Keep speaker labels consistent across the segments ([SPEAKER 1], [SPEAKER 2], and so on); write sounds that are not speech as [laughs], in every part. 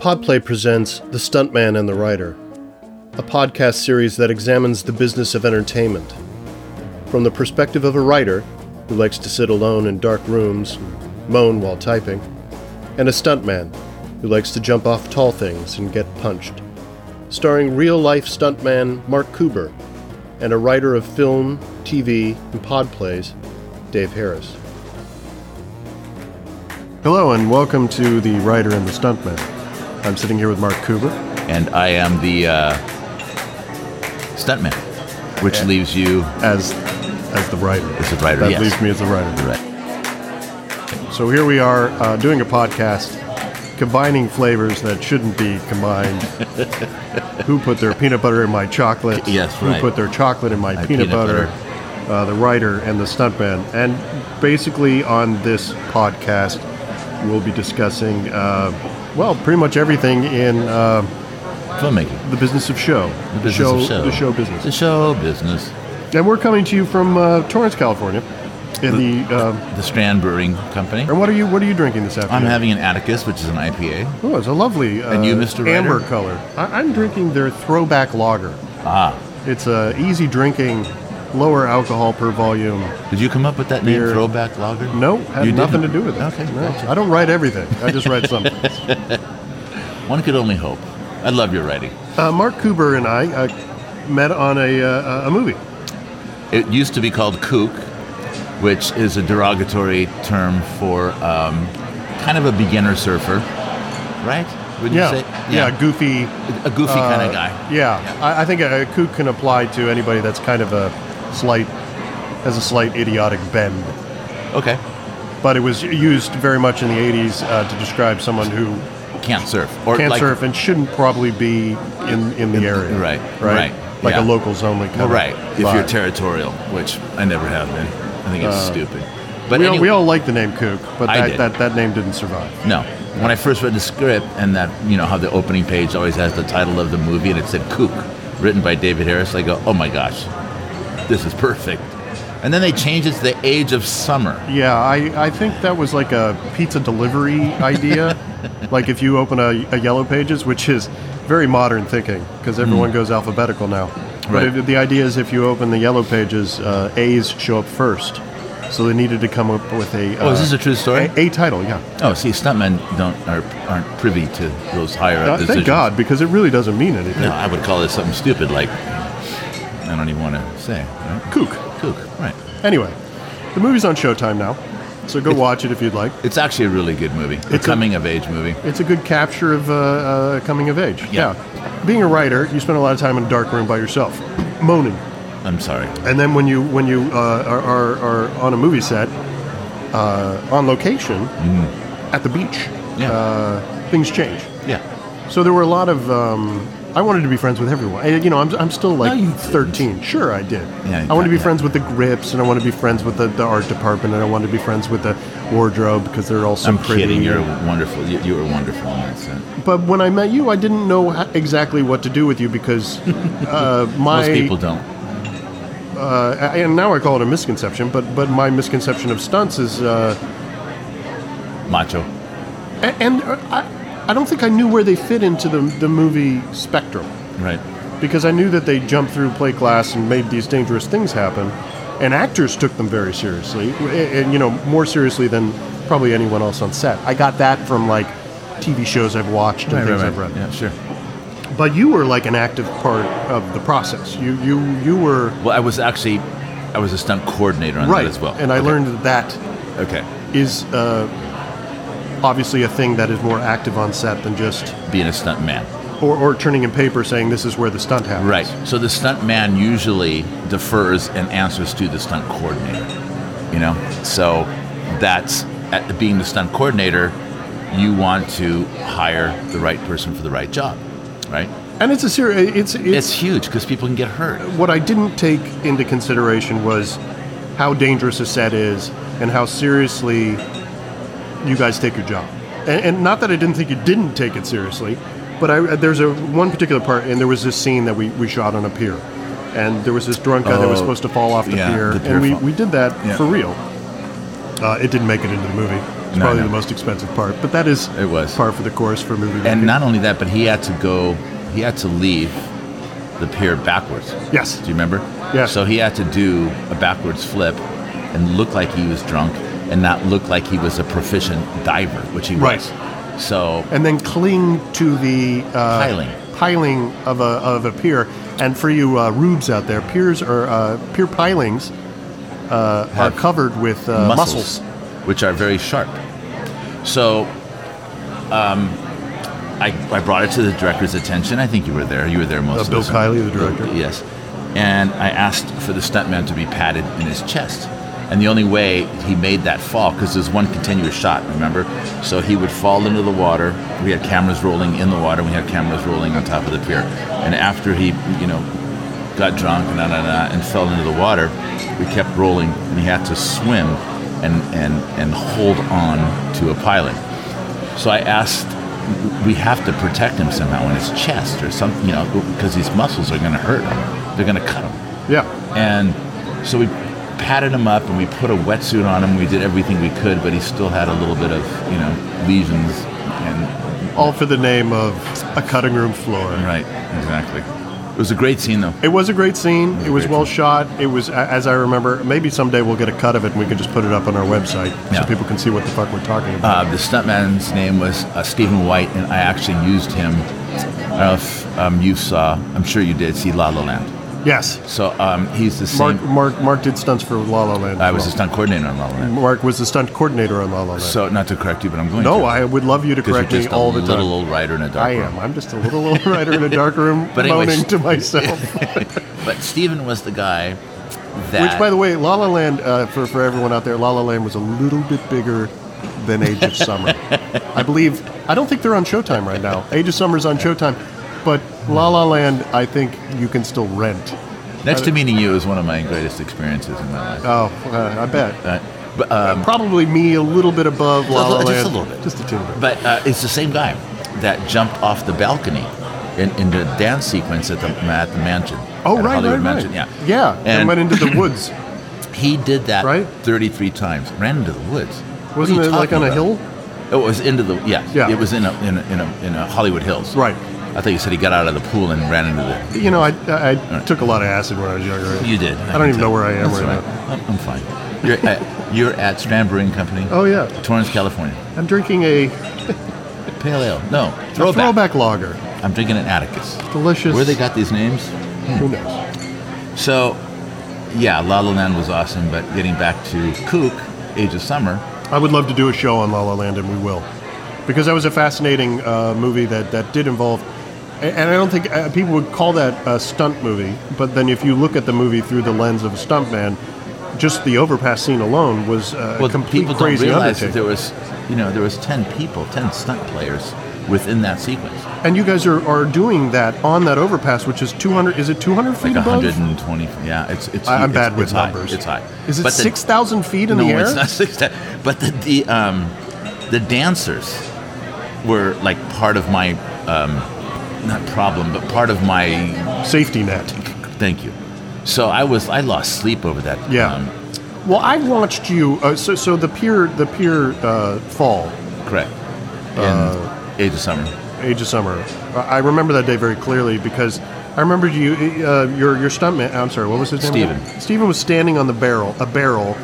[SPEAKER 1] Podplay presents The Stuntman and the Writer, a podcast series that examines the business of entertainment. From the perspective of a writer, who likes to sit alone in dark rooms and moan while typing, and a stuntman, who likes to jump off tall things and get punched. Starring real life stuntman Mark Kuber and a writer of film, TV, and pod plays, Dave Harris. Hello, and welcome to The Writer and the Stuntman. I'm sitting here with Mark Kuber.
[SPEAKER 2] and I am the uh, stuntman, which leaves you
[SPEAKER 1] as as the writer.
[SPEAKER 2] As the writer,
[SPEAKER 1] that
[SPEAKER 2] yes.
[SPEAKER 1] leaves me as the writer.
[SPEAKER 2] right.
[SPEAKER 1] So here we are uh, doing a podcast, combining flavors that shouldn't be
[SPEAKER 2] [laughs]
[SPEAKER 1] combined. Who put their peanut butter in my chocolate?
[SPEAKER 2] Yes,
[SPEAKER 1] Who
[SPEAKER 2] right.
[SPEAKER 1] put their chocolate in my, peanut,
[SPEAKER 2] peanut
[SPEAKER 1] butter? Uh, the writer and the stuntman, and basically on this podcast, we'll be discussing. Uh, well, pretty much everything in uh,
[SPEAKER 2] filmmaking,
[SPEAKER 1] the business of show, the,
[SPEAKER 2] business
[SPEAKER 1] show,
[SPEAKER 2] of show,
[SPEAKER 1] the show business.
[SPEAKER 2] the show business,
[SPEAKER 1] And we're coming to you from uh, Torrance, California. In the um,
[SPEAKER 2] the Strand Brewing Company.
[SPEAKER 1] and what are you what are you drinking this afternoon?
[SPEAKER 2] I'm having an Atticus, which is an IPA.
[SPEAKER 1] Oh, it's a lovely uh,
[SPEAKER 2] And you, Mr. Ryder?
[SPEAKER 1] amber color. I- I'm drinking their throwback lager.
[SPEAKER 2] Ah,
[SPEAKER 1] It's a easy drinking, lower alcohol per volume.
[SPEAKER 2] did you come up with that name,
[SPEAKER 1] Beer.
[SPEAKER 2] Throwback Lager?
[SPEAKER 1] No, had
[SPEAKER 2] You
[SPEAKER 1] nothing
[SPEAKER 2] didn't?
[SPEAKER 1] to do with it.
[SPEAKER 2] Okay,
[SPEAKER 1] No,
[SPEAKER 2] gotcha.
[SPEAKER 1] I don't write everything. I just write some.
[SPEAKER 2] [laughs]
[SPEAKER 1] things.
[SPEAKER 2] One could only hope. I love your writing.
[SPEAKER 1] Uh, Mark Kuber and I uh, met on a, uh, a movie.
[SPEAKER 2] It used to be called kook, which is a derogatory term for um, kind of a beginner surfer, right? Would
[SPEAKER 1] yeah.
[SPEAKER 2] you say?
[SPEAKER 1] yeah, goofy.
[SPEAKER 2] a goofy kind
[SPEAKER 1] uh,
[SPEAKER 2] of guy.
[SPEAKER 1] Yeah, I, I think a kook can apply to anybody that's kind of a slight, has a slight idiotic bend.
[SPEAKER 2] Okay.
[SPEAKER 1] But it was used very much in the 80s uh, to describe someone who
[SPEAKER 2] Can't surf. Or
[SPEAKER 1] can't
[SPEAKER 2] like,
[SPEAKER 1] surf and shouldn't probably be in, in the area.
[SPEAKER 2] right,
[SPEAKER 1] Right.
[SPEAKER 2] right,
[SPEAKER 1] Like a
[SPEAKER 2] yeah.
[SPEAKER 1] locals only kind
[SPEAKER 2] Well,
[SPEAKER 1] of
[SPEAKER 2] oh, right. If
[SPEAKER 1] vibe.
[SPEAKER 2] you're territorial, which I never have been. I think it's stupid. But
[SPEAKER 1] Uh, we, all,
[SPEAKER 2] anyway,
[SPEAKER 1] we all like the name Kook, but
[SPEAKER 2] I
[SPEAKER 1] that,
[SPEAKER 2] did.
[SPEAKER 1] that, that name didn't survive.
[SPEAKER 2] no. When I first read the script and that, you know, how the opening page always has the title of the movie and it said Kook, written by David Harris, I go, oh my gosh, this is perfect. And then they changed it to the age of summer.
[SPEAKER 1] Yeah, I, I think that was like a pizza delivery
[SPEAKER 2] [laughs]
[SPEAKER 1] idea. like if you open a, a Yellow Pages, which is very modern thinking because everyone goes alphabetical now. But
[SPEAKER 2] Mm. Right.
[SPEAKER 1] if, the idea is if you open the Yellow Pages, uh, A's show up first. So they needed to come up with a. uh,
[SPEAKER 2] Oh, is this a true story?
[SPEAKER 1] A, a title, yeah.
[SPEAKER 2] Oh, see, stuntmen don't are, aren't privy to those higher up
[SPEAKER 1] Uh,
[SPEAKER 2] decisions.
[SPEAKER 1] thank God, because it really doesn't mean anything.
[SPEAKER 2] No, I would call this something stupid like, I don't even want to say. Right?
[SPEAKER 1] Kook.
[SPEAKER 2] Kook, right.
[SPEAKER 1] Anyway, the movie's on Showtime now, so go watch it if you'd like.
[SPEAKER 2] It's actually a really good movie. A
[SPEAKER 1] It's a-
[SPEAKER 2] coming of age movie.
[SPEAKER 1] It's a good capture of uh, uh, coming of age.
[SPEAKER 2] Yeah.
[SPEAKER 1] Being a writer, you spend a lot of time in a dark room by yourself, moaning,
[SPEAKER 2] I'm sorry.
[SPEAKER 1] and then when you when you uh, are, are, are on a movie set, uh, on location,
[SPEAKER 2] Mm.
[SPEAKER 1] at the beach,
[SPEAKER 2] Yeah.
[SPEAKER 1] uh, things change.
[SPEAKER 2] Yeah.
[SPEAKER 1] So there were a lot of. Um, I wanted to be friends with everyone. I, you know, I'm, I'm still like
[SPEAKER 2] No, you didn't.
[SPEAKER 1] 13. Sure, I did.
[SPEAKER 2] Yeah,
[SPEAKER 1] I want to be
[SPEAKER 2] yeah.
[SPEAKER 1] friends with the grips, and I want to be friends with the, the art department, and I want to be friends with the wardrobe because they're all so
[SPEAKER 2] I'm
[SPEAKER 1] pretty.
[SPEAKER 2] kidding. You're wonderful. You, you were wonderful in that sense.
[SPEAKER 1] But when I met you, I didn't know ho- exactly what to do with you because
[SPEAKER 2] [laughs]
[SPEAKER 1] uh, my
[SPEAKER 2] Most people don't.
[SPEAKER 1] I- and now I call it a misconception, but but my misconception of stunts is, uh,
[SPEAKER 2] Macho.
[SPEAKER 1] a- and uh, I, I don't think I knew where they fit into the the movie spectrum
[SPEAKER 2] Right.
[SPEAKER 1] because I knew that they jumped through plate glass and made these dangerous things happen, and actors took them very seriously, w- a- and you know more seriously than probably anyone else on set. I got that from like TV shows I've watched and things I've read.
[SPEAKER 2] Yeah, sure.
[SPEAKER 1] But you were like an active part of the process. You you you were
[SPEAKER 2] Well, I was actually, I was a stunt coordinator on
[SPEAKER 1] right
[SPEAKER 2] that as well.
[SPEAKER 1] and I
[SPEAKER 2] Okay.
[SPEAKER 1] learned that that
[SPEAKER 2] Okay.
[SPEAKER 1] is uh, obviously a thing that is more active on set than just
[SPEAKER 2] Being a stunt man.
[SPEAKER 1] or, or turning in paper saying this is where the stunt happens.
[SPEAKER 2] Right. So the stunt man usually defers and answers to the stunt coordinator. You know? So that's at the, being the stunt coordinator, you want to hire the right person for the right job, right?
[SPEAKER 1] And it's a serious. It's,
[SPEAKER 2] It's
[SPEAKER 1] it's
[SPEAKER 2] huge because people can get hurt.
[SPEAKER 1] what I didn't take into consideration was how dangerous a set is and how seriously you guys take your job. And, and not that I didn't think you didn't take it seriously, but I, uh, there's a one particular part, and there was this scene that we, we shot on a pier, and there was this drunk guy that was
[SPEAKER 2] Oh,
[SPEAKER 1] supposed to fall off the
[SPEAKER 2] yeah,
[SPEAKER 1] pier,
[SPEAKER 2] the pier
[SPEAKER 1] and we,
[SPEAKER 2] fall.
[SPEAKER 1] we did that
[SPEAKER 2] Yeah.
[SPEAKER 1] for real. Uh, it didn't make it into the movie. It's
[SPEAKER 2] No,
[SPEAKER 1] probably
[SPEAKER 2] no.
[SPEAKER 1] the most expensive part, but that is
[SPEAKER 2] It was.
[SPEAKER 1] par for the course for a movie.
[SPEAKER 2] And
[SPEAKER 1] making.
[SPEAKER 2] not only that, but he had to go, he had to leave the pier backwards. Do
[SPEAKER 1] yes,
[SPEAKER 2] you remember?
[SPEAKER 1] Yeah.
[SPEAKER 2] So he had to do a backwards flip and look like he was drunk and not look like he was a proficient diver, which he
[SPEAKER 1] Right.
[SPEAKER 2] was. So
[SPEAKER 1] and then cling to the uh,
[SPEAKER 2] Piling.
[SPEAKER 1] piling of a of a pier. And for you uh, rubes out there, piers are uh, pier pilings uh, are
[SPEAKER 2] Have
[SPEAKER 1] covered with uh,
[SPEAKER 2] muscles, which are very sharp. So um, I, I brought it to the director's attention. I think you were there. You were there most
[SPEAKER 1] Uh,
[SPEAKER 2] of
[SPEAKER 1] Bill
[SPEAKER 2] the
[SPEAKER 1] Kiley, the director.
[SPEAKER 2] yes. And I asked for the stuntman to be patted in his chest. And the only way he made that fall, because there's one continuous shot, remember? So he would fall into the water. We had cameras rolling in the water. We had cameras rolling on top of the pier. And after he, you know, got drunk and, da, da, da, and fell into the water, we kept rolling and he had to swim and, and, and hold on to a pilot. So I asked, we have to protect him somehow in his chest or something, you know, because these muscles are going to hurt him. They're going to cut him.
[SPEAKER 1] Yeah,
[SPEAKER 2] And so we patted him up and we put a wetsuit on him. We did everything we could, but he still had a little bit of, you know, lesions. And
[SPEAKER 1] all for the name of a cutting room floor.
[SPEAKER 2] right, exactly. It was a great scene though.
[SPEAKER 1] It was a great scene. It was
[SPEAKER 2] great
[SPEAKER 1] well shot. It was, a- as I remember, maybe someday we'll get a cut of it and we can just put it up on our website
[SPEAKER 2] Yeah.
[SPEAKER 1] so people can see what the fuck we're talking about.
[SPEAKER 2] Uh, the stuntman's name was uh, Stephen White, and I actually used him. I don't know if um, you saw, I'm sure you did, see La La Land.
[SPEAKER 1] yes.
[SPEAKER 2] So um, he's the Uh, same.
[SPEAKER 1] Mark, Mark Mark did stunts for La La Land.
[SPEAKER 2] I
[SPEAKER 1] as
[SPEAKER 2] was the
[SPEAKER 1] well.
[SPEAKER 2] stunt coordinator on La La Land.
[SPEAKER 1] Mark was the stunt coordinator on La La Land.
[SPEAKER 2] So not to correct you, but I'm going to.
[SPEAKER 1] no, I would love you to
[SPEAKER 2] 'Cause you're
[SPEAKER 1] correct me
[SPEAKER 2] just a
[SPEAKER 1] all the
[SPEAKER 2] little
[SPEAKER 1] time.
[SPEAKER 2] old writer in a dark
[SPEAKER 1] I
[SPEAKER 2] room.
[SPEAKER 1] am. I'm just a little old writer in a dark room
[SPEAKER 2] [laughs] But anyways-
[SPEAKER 1] moaning to
[SPEAKER 2] [laughs]
[SPEAKER 1] myself.
[SPEAKER 2] But Steven was the guy that.
[SPEAKER 1] Which, by the way, La La Land, uh, for, for everyone out there, La La Land was a little bit bigger than Age of
[SPEAKER 2] [laughs]
[SPEAKER 1] Summer. I believe, I don't think they're on Showtime right now. Age of Summer's on Showtime. But La La Land, I think you can still rent.
[SPEAKER 2] next to meeting you is one of my greatest experiences in my life.
[SPEAKER 1] Oh, uh, I bet.
[SPEAKER 2] Uh, but, um,
[SPEAKER 1] Probably me a little bit above La La
[SPEAKER 2] Just a
[SPEAKER 1] Land.
[SPEAKER 2] little bit.
[SPEAKER 1] Just a teeny bit.
[SPEAKER 2] But uh, it's the same guy that jumped off the balcony in, in the dance sequence at the at the mansion.
[SPEAKER 1] Oh,
[SPEAKER 2] at
[SPEAKER 1] right,
[SPEAKER 2] Hollywood
[SPEAKER 1] right,
[SPEAKER 2] Mansion.
[SPEAKER 1] right.
[SPEAKER 2] Yeah,
[SPEAKER 1] Yeah, and,
[SPEAKER 2] And
[SPEAKER 1] went into
[SPEAKER 2] [laughs]
[SPEAKER 1] the woods.
[SPEAKER 2] he did that
[SPEAKER 1] Right?
[SPEAKER 2] 33 times. Ran into the woods. What are
[SPEAKER 1] Wasn't
[SPEAKER 2] you
[SPEAKER 1] it like on
[SPEAKER 2] talking
[SPEAKER 1] a
[SPEAKER 2] about?
[SPEAKER 1] hill?
[SPEAKER 2] It was into the yeah.
[SPEAKER 1] Yeah.
[SPEAKER 2] It was in a in a, in a in a Hollywood Hills.
[SPEAKER 1] Right.
[SPEAKER 2] I thought you said he got out of the pool and ran into the.
[SPEAKER 1] You know, I, I, I took a lot of acid when I was younger.
[SPEAKER 2] You did.
[SPEAKER 1] I don't even know where I am
[SPEAKER 2] That's
[SPEAKER 1] right
[SPEAKER 2] all I'm- I'm fine. You're at, you're at Strand Brewing Company,
[SPEAKER 1] Oh, yeah.
[SPEAKER 2] Torrance, California.
[SPEAKER 1] I'm drinking a,
[SPEAKER 2] Pale ale. No,
[SPEAKER 1] a
[SPEAKER 2] throwback.
[SPEAKER 1] throwback lager.
[SPEAKER 2] I'm drinking an Atticus.
[SPEAKER 1] Delicious.
[SPEAKER 2] Where they got these names?
[SPEAKER 1] Who knows?
[SPEAKER 2] So, yeah, La La Land was awesome, but getting back to Kook, Age of Summer,
[SPEAKER 1] I would love to do a show on La La Land, and we will, because that was a fascinating uh, movie that that did involve. a- And I don't think uh, people would call that a stunt movie, but then if you look at the movie through the lens of a stuntman, just the overpass scene alone was uh, a
[SPEAKER 2] well,
[SPEAKER 1] complete
[SPEAKER 2] people don't
[SPEAKER 1] crazy
[SPEAKER 2] realize
[SPEAKER 1] undertaking.
[SPEAKER 2] that there was, you know, there was 10 people, 10 stunt players within that sequence.
[SPEAKER 1] And you guys are, are doing that on that overpass, which is 200. Is it 200 feet
[SPEAKER 2] Like
[SPEAKER 1] above?
[SPEAKER 2] 120, yeah, it's, it's,
[SPEAKER 1] I, am
[SPEAKER 2] it's-
[SPEAKER 1] bad with
[SPEAKER 2] it's high,
[SPEAKER 1] numbers.
[SPEAKER 2] It's high.
[SPEAKER 1] Is it
[SPEAKER 2] But the-
[SPEAKER 1] 6,000 feet in
[SPEAKER 2] no,
[SPEAKER 1] the air?
[SPEAKER 2] it's not six thousand. But the the, um, the dancers were like part of my um, not problem, but part of my
[SPEAKER 1] Safety net.
[SPEAKER 2] thank you. So I was I lost sleep over that.
[SPEAKER 1] Yeah.
[SPEAKER 2] um,
[SPEAKER 1] Well, I watched you. Uh, so, so the pier, the pier uh, fall.
[SPEAKER 2] correct. In
[SPEAKER 1] Uh,
[SPEAKER 2] Age of Summer.
[SPEAKER 1] Age of Summer. Uh, I I remember that day very clearly because I remember you, uh, your your stuntman. I'm sorry, what was his name?
[SPEAKER 2] Steven.
[SPEAKER 1] Steven was standing on the barrel, a barrel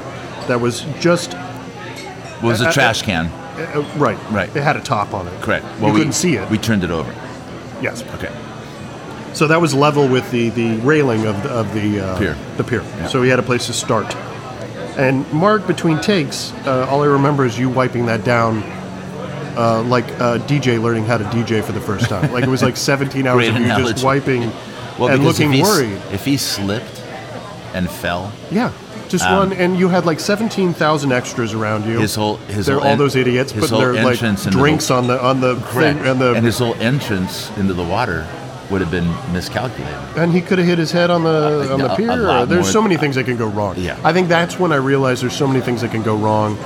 [SPEAKER 1] that was just
[SPEAKER 2] It was
[SPEAKER 1] Uh, uh,
[SPEAKER 2] a trash can.
[SPEAKER 1] uh, right.
[SPEAKER 2] Right.
[SPEAKER 1] It had a top on it.
[SPEAKER 2] Correct.
[SPEAKER 1] you couldn't see it.
[SPEAKER 2] We turned it over.
[SPEAKER 1] yes.
[SPEAKER 2] Okay.
[SPEAKER 1] So that was level with the, the railing of the, of the uh,
[SPEAKER 2] Pier.
[SPEAKER 1] The pier.
[SPEAKER 2] Yeah.
[SPEAKER 1] So he had a place to start. And Mark, between takes, uh, all I remember is you wiping that down. Uh, like uh, DJ learning how to DJ for the first time. Like it was
[SPEAKER 2] [laughs]
[SPEAKER 1] like 17 hours
[SPEAKER 2] Great
[SPEAKER 1] of you just
[SPEAKER 2] analogy.
[SPEAKER 1] wiping
[SPEAKER 2] Well,
[SPEAKER 1] and
[SPEAKER 2] because
[SPEAKER 1] looking
[SPEAKER 2] if he, s-
[SPEAKER 1] worried.
[SPEAKER 2] If he slipped and fell,
[SPEAKER 1] Yeah, just one, and you had like seventeen thousand extras around you.
[SPEAKER 2] Um, his whole his
[SPEAKER 1] they're
[SPEAKER 2] whole
[SPEAKER 1] all
[SPEAKER 2] en-
[SPEAKER 1] those idiots
[SPEAKER 2] his
[SPEAKER 1] putting
[SPEAKER 2] whole
[SPEAKER 1] their like
[SPEAKER 2] entrance into the-
[SPEAKER 1] drinks on the on the
[SPEAKER 2] Correct.
[SPEAKER 1] thing, and the and,
[SPEAKER 2] his whole entrance into the water would have been miscalculated.
[SPEAKER 1] he could have hit his head on the
[SPEAKER 2] Uh,
[SPEAKER 1] on the
[SPEAKER 2] a- a
[SPEAKER 1] pier.
[SPEAKER 2] lot
[SPEAKER 1] or- there's
[SPEAKER 2] more-
[SPEAKER 1] so many things that can go wrong.
[SPEAKER 2] Yeah.
[SPEAKER 1] I think that's when I realized there's so many things that can go wrong,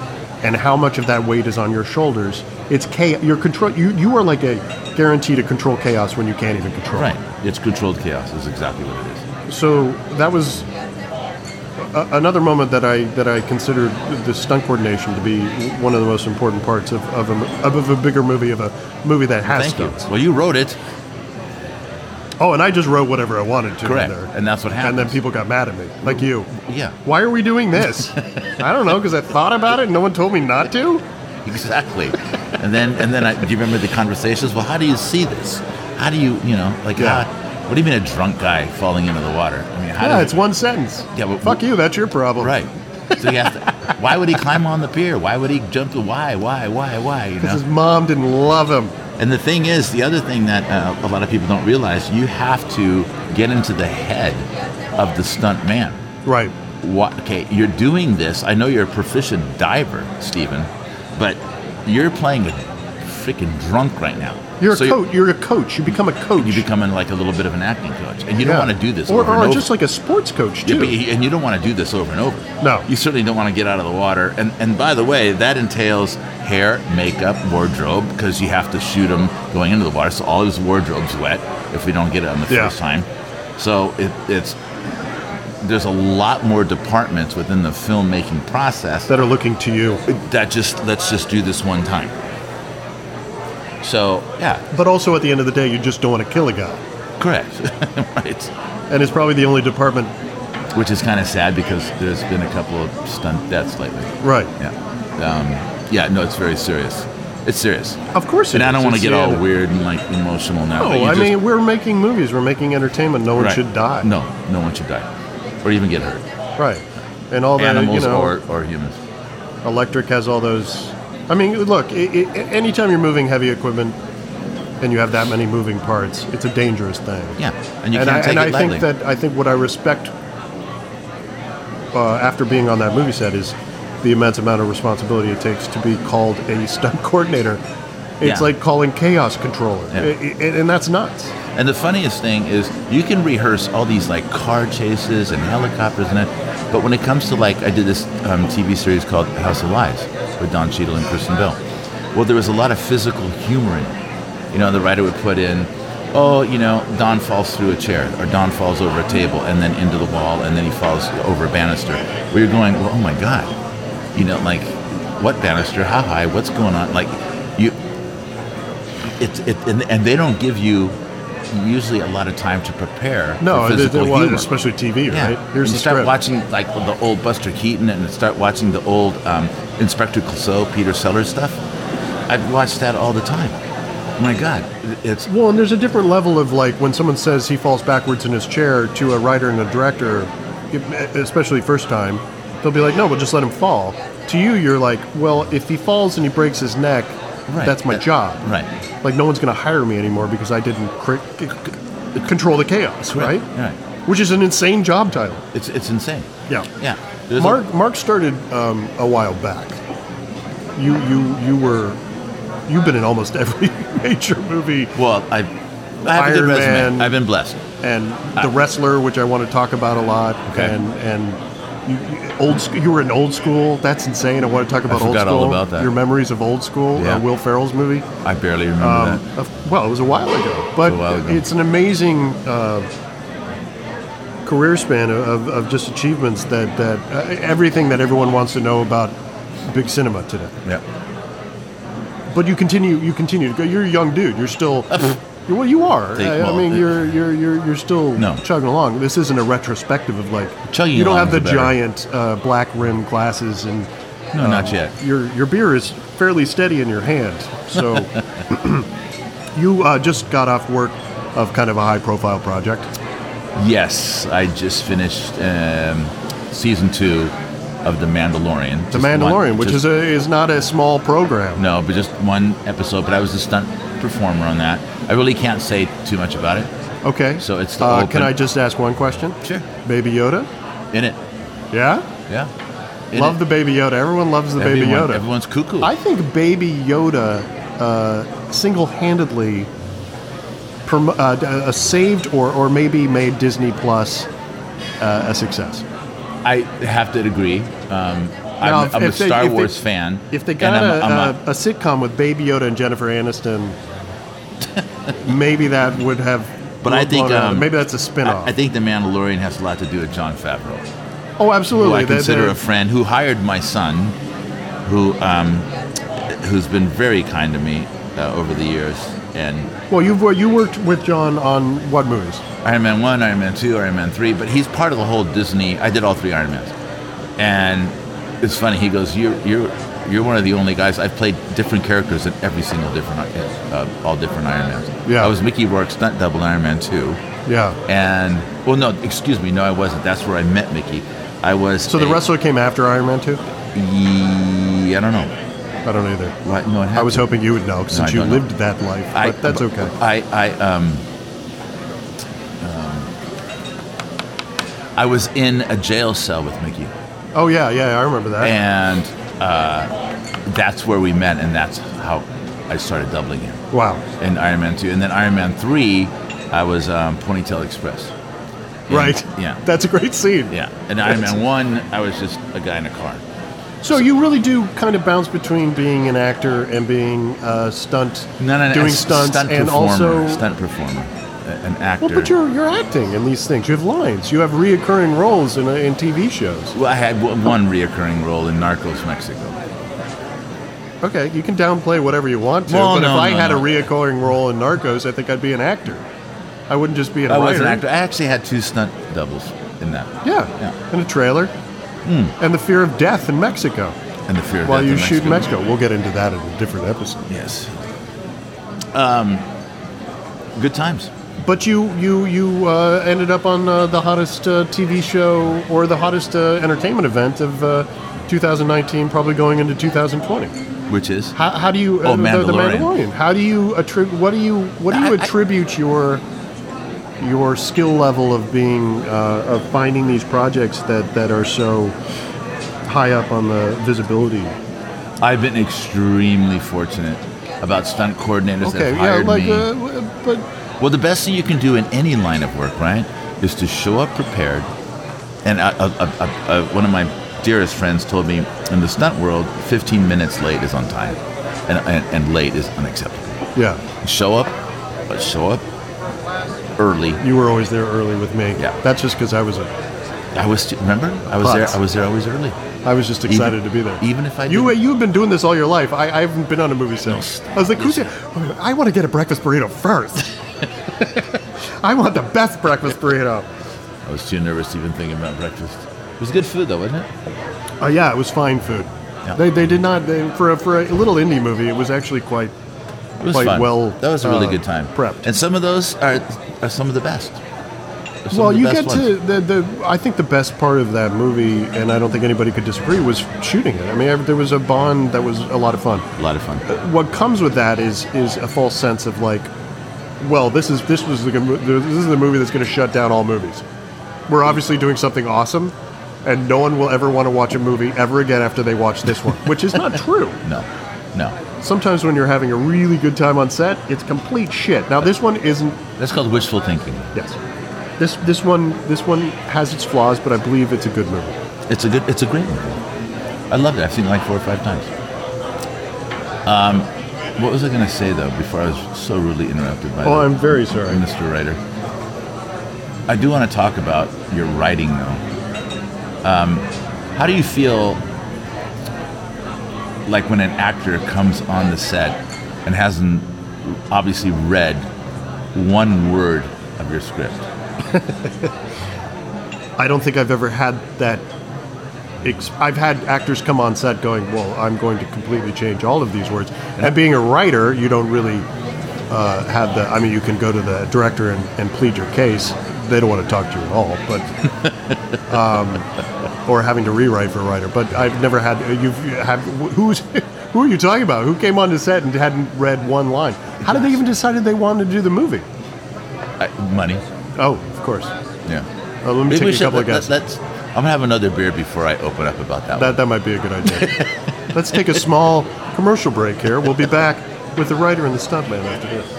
[SPEAKER 1] and how much of that weight is on your shoulders. It's chaos. You're control. You you are like a guarantee to control chaos when you can't even control. it.
[SPEAKER 2] Right. It's controlled chaos is exactly what it is.
[SPEAKER 1] So that was a- another moment that I that I considered the stunt coordination to be one of the most important parts of, of, a, mo- of a bigger movie of a movie that has
[SPEAKER 2] Thank
[SPEAKER 1] stunts.
[SPEAKER 2] you. Well, you wrote it.
[SPEAKER 1] Oh, and I just wrote whatever I wanted to
[SPEAKER 2] Correct.
[SPEAKER 1] in there,
[SPEAKER 2] And that's what
[SPEAKER 1] and then
[SPEAKER 2] happens.
[SPEAKER 1] people got mad at me, like you.
[SPEAKER 2] Yeah,
[SPEAKER 1] Why are we doing
[SPEAKER 2] [laughs]
[SPEAKER 1] this? I don't know because I thought about it. and No one told me not to.
[SPEAKER 2] exactly. and then and then I, do you remember the conversations? Well, how do you see this? How do you you know like
[SPEAKER 1] Yeah.
[SPEAKER 2] how, what do you mean a drunk guy falling into the water? I mean, how
[SPEAKER 1] Yeah,
[SPEAKER 2] does
[SPEAKER 1] it's one sentence.
[SPEAKER 2] Yeah, but-
[SPEAKER 1] fuck you. That's your problem.
[SPEAKER 2] Right. So you have to. why would he climb on the pier? Why would he jump the? Why? Why? Why? Why? You
[SPEAKER 1] Because his
[SPEAKER 2] know.
[SPEAKER 1] mom didn't love him.
[SPEAKER 2] And the thing is, the other thing that uh, a lot of people don't realize, you have to get into the head of the stunt man.
[SPEAKER 1] Right.
[SPEAKER 2] What? Okay, you're doing this. I know you're a proficient diver, Stephen, but you're playing a freaking drunk right now.
[SPEAKER 1] You're
[SPEAKER 2] So
[SPEAKER 1] a coach. You're a coach. You become a coach.
[SPEAKER 2] You're becoming like a little bit of an acting coach, and you
[SPEAKER 1] Yeah.
[SPEAKER 2] don't want to do this
[SPEAKER 1] Or,
[SPEAKER 2] over
[SPEAKER 1] or
[SPEAKER 2] and over.
[SPEAKER 1] just like a sports coach
[SPEAKER 2] Yeah,
[SPEAKER 1] too.
[SPEAKER 2] but you- and you don't want to do this over and over.
[SPEAKER 1] No.
[SPEAKER 2] You certainly don't want to get out of the water. And and by the way, that entails hair, makeup, wardrobe, because you have to shoot him going into the water. So all his wardrobe's wet if we don't get it on the
[SPEAKER 1] Yeah.
[SPEAKER 2] first time. So it, it's there's a lot more departments within the filmmaking process
[SPEAKER 1] [laughs] that are looking to you.
[SPEAKER 2] that just let's just do this one time. So yeah,
[SPEAKER 1] But also at the end of the day, you just don't want to kill a guy.
[SPEAKER 2] correct, [laughs] right.
[SPEAKER 1] And it's probably the only department.
[SPEAKER 2] Which is kind of sad because there's been a couple of stunt deaths lately.
[SPEAKER 1] Right.
[SPEAKER 2] Yeah. Um, yeah, no, it's very serious. It's serious.
[SPEAKER 1] Of course. it
[SPEAKER 2] And I
[SPEAKER 1] is.
[SPEAKER 2] don't want to
[SPEAKER 1] It's
[SPEAKER 2] get
[SPEAKER 1] the
[SPEAKER 2] all
[SPEAKER 1] end.
[SPEAKER 2] weird and like emotional now. but
[SPEAKER 1] No,
[SPEAKER 2] you
[SPEAKER 1] I
[SPEAKER 2] just-
[SPEAKER 1] mean we're making movies. We're making entertainment. No one
[SPEAKER 2] Right.
[SPEAKER 1] should die.
[SPEAKER 2] No, no one should die. Or even get hurt.
[SPEAKER 1] Right. And all that you
[SPEAKER 2] Animals
[SPEAKER 1] know.
[SPEAKER 2] or, or humans.
[SPEAKER 1] Electric has all those. I mean, look. i i anytime you're moving heavy equipment, and you have that many moving parts, it's a dangerous thing.
[SPEAKER 2] Yeah. And you
[SPEAKER 1] and
[SPEAKER 2] can't
[SPEAKER 1] I,
[SPEAKER 2] take
[SPEAKER 1] and
[SPEAKER 2] it
[SPEAKER 1] I
[SPEAKER 2] lightly.
[SPEAKER 1] think that I think what I respect uh, after being on that movie set is the immense amount of responsibility it takes to be called a [laughs] stunt coordinator. It's
[SPEAKER 2] Yeah.
[SPEAKER 1] like calling chaos controller,
[SPEAKER 2] Yeah.
[SPEAKER 1] I- I- and that's nuts.
[SPEAKER 2] and the funniest thing is you can rehearse all these like car chases and helicopters and that, but when it comes to like I did this um, TV series called House of Lies with Don Cheadle and Kristen Bell. Well, there was a lot of physical humor in it. You know, the writer would put in, oh, you know, Don falls through a chair, or Don falls over a table, and then into the wall, and then he falls over a banister. Where you're going, well, oh my God, you know, like, what banister? How high? What's going on? Like, you, it's it, and, and they don't give you usually a lot of time to prepare.
[SPEAKER 1] No,
[SPEAKER 2] for
[SPEAKER 1] they-
[SPEAKER 2] physical
[SPEAKER 1] they want-
[SPEAKER 2] humor.
[SPEAKER 1] especially TV,
[SPEAKER 2] Yeah.
[SPEAKER 1] right? Here's
[SPEAKER 2] you
[SPEAKER 1] the
[SPEAKER 2] start
[SPEAKER 1] script.
[SPEAKER 2] watching like the old Buster Keaton and start watching the old um, Inspector Clouseau, Peter Sellers stuff. I've watched that all the time. My God, it's
[SPEAKER 1] Well, and there's a different level of like when someone says he falls backwards in his chair to a writer and a director, especially first time, they'll be like, "No, we'll just let him fall." To you, you're like, "Well, if he falls and he breaks his neck,
[SPEAKER 2] Right.
[SPEAKER 1] that's my
[SPEAKER 2] That-
[SPEAKER 1] job."
[SPEAKER 2] right.
[SPEAKER 1] Like no one's going to hire me anymore because I didn't cr- c- c- control the chaos, right?
[SPEAKER 2] Right, right.
[SPEAKER 1] Which is an insane job title.
[SPEAKER 2] it's it's insane.
[SPEAKER 1] Yeah.
[SPEAKER 2] Yeah, There's a-
[SPEAKER 1] Mark Mark started um, a while back. You you you were you've been in almost [laughs] every major movie
[SPEAKER 2] well, I, I have a good
[SPEAKER 1] Iron
[SPEAKER 2] resume.
[SPEAKER 1] Man.
[SPEAKER 2] I've been blessed.
[SPEAKER 1] and the wrestler, which I want to talk about a lot,
[SPEAKER 2] Okay.
[SPEAKER 1] and and you, you- old sc- you were in old school. That's insane. I want to talk about old
[SPEAKER 2] forgot
[SPEAKER 1] school.
[SPEAKER 2] all about that.
[SPEAKER 1] Your memories of old school,
[SPEAKER 2] Yeah.
[SPEAKER 1] uh, Will Ferrell's movie.
[SPEAKER 2] I barely remember
[SPEAKER 1] Um,
[SPEAKER 2] that.
[SPEAKER 1] of- well, it was a while ago, but
[SPEAKER 2] a while ago.
[SPEAKER 1] it's an amazing uh, career span of, of just achievements that that uh, everything that everyone wants to know about big cinema today.
[SPEAKER 2] Yeah,
[SPEAKER 1] But you continue. You continue to go. You're a young dude. You're still. you're- well, you are.
[SPEAKER 2] Take
[SPEAKER 1] I, I
[SPEAKER 2] all
[SPEAKER 1] mean,
[SPEAKER 2] the-
[SPEAKER 1] you're you're you're you're still
[SPEAKER 2] No.
[SPEAKER 1] chugging along. This isn't a retrospective of like
[SPEAKER 2] Chugging
[SPEAKER 1] you don't
[SPEAKER 2] along
[SPEAKER 1] have the
[SPEAKER 2] is better.
[SPEAKER 1] giant uh, black rim glasses and
[SPEAKER 2] no,
[SPEAKER 1] Um,
[SPEAKER 2] not yet.
[SPEAKER 1] your your beer is fairly steady in your hand.
[SPEAKER 2] [laughs]
[SPEAKER 1] So you uh, just got off work of kind of a high profile project.
[SPEAKER 2] Yes, I just finished um, season two of The Mandalorian.
[SPEAKER 1] The Mandalorian, which is
[SPEAKER 2] a
[SPEAKER 1] a, is not a small program.
[SPEAKER 2] no, but just one episode. But I was the stunt performer on that. I really can't say too much about it.
[SPEAKER 1] Okay.
[SPEAKER 2] So it's the
[SPEAKER 1] uh,
[SPEAKER 2] open-
[SPEAKER 1] can I just ask one question?
[SPEAKER 2] Sure.
[SPEAKER 1] Baby Yoda?
[SPEAKER 2] In it,
[SPEAKER 1] Yeah?
[SPEAKER 2] yeah. In
[SPEAKER 1] Love
[SPEAKER 2] it.
[SPEAKER 1] the Baby Yoda. Everyone loves the
[SPEAKER 2] Everyone-
[SPEAKER 1] Baby Yoda.
[SPEAKER 2] Everyone's cuckoo.
[SPEAKER 1] I think Baby Yoda uh, single-handedly prom- uh, uh, saved or, or maybe made Disney Plus uh, a success.
[SPEAKER 2] I have to agree. Um,
[SPEAKER 1] Now,
[SPEAKER 2] I'm,
[SPEAKER 1] if-
[SPEAKER 2] I'm a
[SPEAKER 1] if they-
[SPEAKER 2] Star
[SPEAKER 1] if they-
[SPEAKER 2] Wars fan.
[SPEAKER 1] If they
[SPEAKER 2] and
[SPEAKER 1] got
[SPEAKER 2] I'm
[SPEAKER 1] a,
[SPEAKER 2] I'm
[SPEAKER 1] a, a sitcom with Baby Yoda and Jennifer [laughs] Aniston, maybe that would have.
[SPEAKER 2] But I think,
[SPEAKER 1] blown out.
[SPEAKER 2] um,
[SPEAKER 1] maybe that's a
[SPEAKER 2] I,
[SPEAKER 1] spinoff.
[SPEAKER 2] I think The Mandalorian has a lot to do with John Favreau.
[SPEAKER 1] Oh,
[SPEAKER 2] who
[SPEAKER 1] absolutely.
[SPEAKER 2] I
[SPEAKER 1] They're-
[SPEAKER 2] consider
[SPEAKER 1] they're-
[SPEAKER 2] a friend, who hired my son, who um, who's been very kind to me uh, over the years. And
[SPEAKER 1] well, you've wor- you worked with John on what movies?
[SPEAKER 2] Iron Man One, Iron Man Two, Iron Man Three, but he's part of the whole Disney. I did all three Iron Mans, and it's funny. He goes, "You're you're you're one of the only guys I've played different characters in every single different uh, all different Iron Mans.
[SPEAKER 1] Yeah.
[SPEAKER 2] I was Mickey Rourke stunt double in Iron Man Two,
[SPEAKER 1] Yeah.
[SPEAKER 2] and well, no, excuse me, no, I wasn't. That's where I met Mickey. I was
[SPEAKER 1] So the
[SPEAKER 2] a-
[SPEAKER 1] wrestler came after Iron Man 2?
[SPEAKER 2] Ye- I don't know.
[SPEAKER 1] I don't either.
[SPEAKER 2] What? No,
[SPEAKER 1] I
[SPEAKER 2] it
[SPEAKER 1] was
[SPEAKER 2] happened.
[SPEAKER 1] hoping you would know since
[SPEAKER 2] I
[SPEAKER 1] you
[SPEAKER 2] don't know.
[SPEAKER 1] lived that life, but
[SPEAKER 2] I,
[SPEAKER 1] that's okay.
[SPEAKER 2] I, I, um, um, I was in a jail cell with Mickey,
[SPEAKER 1] oh yeah, yeah, I remember that.
[SPEAKER 2] and uh, that's where we met, and that's how I started doubling him
[SPEAKER 1] wow.
[SPEAKER 2] in Iron Man 2. And then Iron Man 3, I was um, Ponytail Express. And-
[SPEAKER 1] right.
[SPEAKER 2] Yeah.
[SPEAKER 1] [laughs] That's a great scene.
[SPEAKER 2] Yeah. And Iron
[SPEAKER 1] That's-
[SPEAKER 2] Man 1, I was just a guy in a car.
[SPEAKER 1] So you really do kind of bounce between being an actor and being a stunt,
[SPEAKER 2] No, no, no,
[SPEAKER 1] doing
[SPEAKER 2] a
[SPEAKER 1] stunts,
[SPEAKER 2] stunt
[SPEAKER 1] and
[SPEAKER 2] performer,
[SPEAKER 1] also
[SPEAKER 2] stunt performer, a- an actor.
[SPEAKER 1] well, but you're you're acting in these things. You have lines. You have reoccurring roles in in TV shows.
[SPEAKER 2] Well, I had w- one reoccurring role in Narcos Mexico.
[SPEAKER 1] Okay, you can downplay whatever you want to.
[SPEAKER 2] Well,
[SPEAKER 1] but
[SPEAKER 2] no,
[SPEAKER 1] if I
[SPEAKER 2] no,
[SPEAKER 1] had
[SPEAKER 2] no.
[SPEAKER 1] a reoccurring role in Narcos, I think I'd be an actor. I wouldn't just be an
[SPEAKER 2] I
[SPEAKER 1] writer.
[SPEAKER 2] was an actor. I actually had two stunt doubles in that,
[SPEAKER 1] Yeah,
[SPEAKER 2] Yeah.
[SPEAKER 1] and a trailer, and the fear of death in Mexico.
[SPEAKER 2] and the fear of
[SPEAKER 1] While
[SPEAKER 2] Death
[SPEAKER 1] you
[SPEAKER 2] in
[SPEAKER 1] shoot in Mexico, we'll get into that in a different episode.
[SPEAKER 2] Yes. Um, good times.
[SPEAKER 1] But you you you uh, ended up on uh, the hottest uh, TV show or the hottest uh, entertainment event of uh, 2019, probably going into 2020.
[SPEAKER 2] Which is
[SPEAKER 1] How, how do you uh,
[SPEAKER 2] Oh,
[SPEAKER 1] the, the
[SPEAKER 2] Mandalorian.
[SPEAKER 1] Mandalorian? How do you attribute? What do you what do you
[SPEAKER 2] I- I-
[SPEAKER 1] attribute your your skill level of being uh, of finding these projects that that are so high up on the visibility?
[SPEAKER 2] I've been extremely fortunate about stunt coordinators that
[SPEAKER 1] Okay,
[SPEAKER 2] have
[SPEAKER 1] yeah,
[SPEAKER 2] hired
[SPEAKER 1] like
[SPEAKER 2] me.
[SPEAKER 1] uh, w- but
[SPEAKER 2] Well, the best thing you can do in any line of work, right, is to show up prepared. And I, I, I, I, one of my dearest friends told me, in the stunt world, 15 minutes late is on time, and, and, and late is unacceptable.
[SPEAKER 1] yeah.
[SPEAKER 2] Show up, but show up early.
[SPEAKER 1] You were always there early with me.
[SPEAKER 2] Yeah.
[SPEAKER 1] That's just because I was a,
[SPEAKER 2] I was remember I was
[SPEAKER 1] But-
[SPEAKER 2] there. I was there always early.
[SPEAKER 1] I was just excited
[SPEAKER 2] Even-
[SPEAKER 1] to be there.
[SPEAKER 2] even if I
[SPEAKER 1] you
[SPEAKER 2] didn't-
[SPEAKER 1] you've been doing this all your life. I, I haven't been on a movie set.
[SPEAKER 2] stop.
[SPEAKER 1] I was like, who's
[SPEAKER 2] Listen.
[SPEAKER 1] here? Oh, I want to get a breakfast burrito first. [laughs] I want the best breakfast burrito.
[SPEAKER 2] I was too nervous to even think about breakfast. It was good food though, wasn't it?
[SPEAKER 1] Oh yeah, it was fine food.
[SPEAKER 2] Yeah.
[SPEAKER 1] They, they did not they, for a, for a little indie movie. It was actually quite
[SPEAKER 2] It was
[SPEAKER 1] Quite
[SPEAKER 2] fun.
[SPEAKER 1] well,
[SPEAKER 2] That was a really
[SPEAKER 1] uh,
[SPEAKER 2] good time.
[SPEAKER 1] prepped.
[SPEAKER 2] And some of those are are some of the best. They're some
[SPEAKER 1] well.
[SPEAKER 2] of the
[SPEAKER 1] You
[SPEAKER 2] best
[SPEAKER 1] get
[SPEAKER 2] ones.
[SPEAKER 1] to the, the I think the best part of that movie, and I don't think anybody could disagree, was shooting it. I mean, there was a bond that was a lot of fun.
[SPEAKER 2] a lot of fun.
[SPEAKER 1] what comes with that is is a false sense of like, well, this is this was the this is the movie that's going to shut down all movies. We're obviously doing something awesome, and no one will ever want to watch a movie ever again after they watch this one, which is not true.
[SPEAKER 2] No, no.
[SPEAKER 1] Sometimes when you're having a really good time on set, it's complete shit. Now this one isn't.
[SPEAKER 2] That's called wishful thinking.
[SPEAKER 1] Yes, this this one this one has its flaws, but I believe it's a good movie.
[SPEAKER 2] It's a good. It's a great movie. I loved it. I've seen it like four or five times. Um, what was I going to say though? Before I was so rudely interrupted by.
[SPEAKER 1] Oh,
[SPEAKER 2] the-
[SPEAKER 1] I'm very sorry.
[SPEAKER 2] Mr. Writer. I do want to talk about your writing, though. Um, how do you feel like when an actor comes on the set and hasn't obviously read one word of your script?
[SPEAKER 1] I don't think I've ever had that. Ex- I've had actors come on set going, "Well, I'm going to completely change all of these words." And being a writer, you don't really uh, have the. I mean, you can go to the director and, and plead your case. They don't want to talk to you at all, but. [laughs] um, or having to rewrite for a writer, but I've never had. uh, You've have who's [laughs] who are you talking about? Who came on to set and hadn't read one line? How did they even decided they wanted to do the movie?
[SPEAKER 2] I, money.
[SPEAKER 1] Oh, of course.
[SPEAKER 2] Yeah.
[SPEAKER 1] Uh, let me take a couple of guesses.
[SPEAKER 2] us I'm gonna have another beer before I open up about that.
[SPEAKER 1] That, that might be a good idea. Let's take a small commercial break here. We'll be back with the writer and the stuntman after this.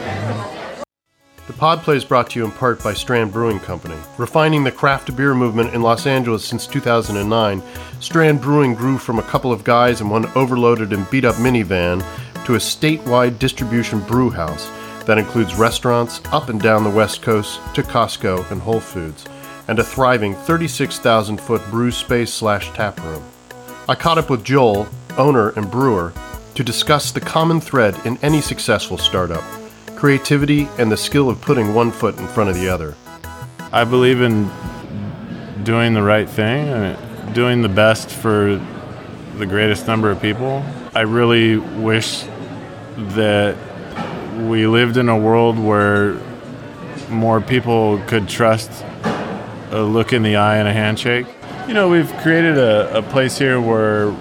[SPEAKER 1] The Pod Play is brought to you in part by Strand Brewing Company. Refining the craft beer movement in Los Angeles since 2009, Strand Brewing grew from a couple of guys in one overloaded and beat up minivan to a statewide distribution brew house that includes restaurants up and down the West Coast to Costco and Whole Foods. and a thriving 36,000 foot brew space slash tap room. I caught up with Joel, owner and brewer, to discuss the common thread in any successful startup creativity and the skill of putting one foot in front of the other.
[SPEAKER 3] I believe in doing the right thing, and doing the best for the greatest number of people. I really wish that we lived in a world where more people could trust a look in the eye and a handshake. You know, we've created a, a place here where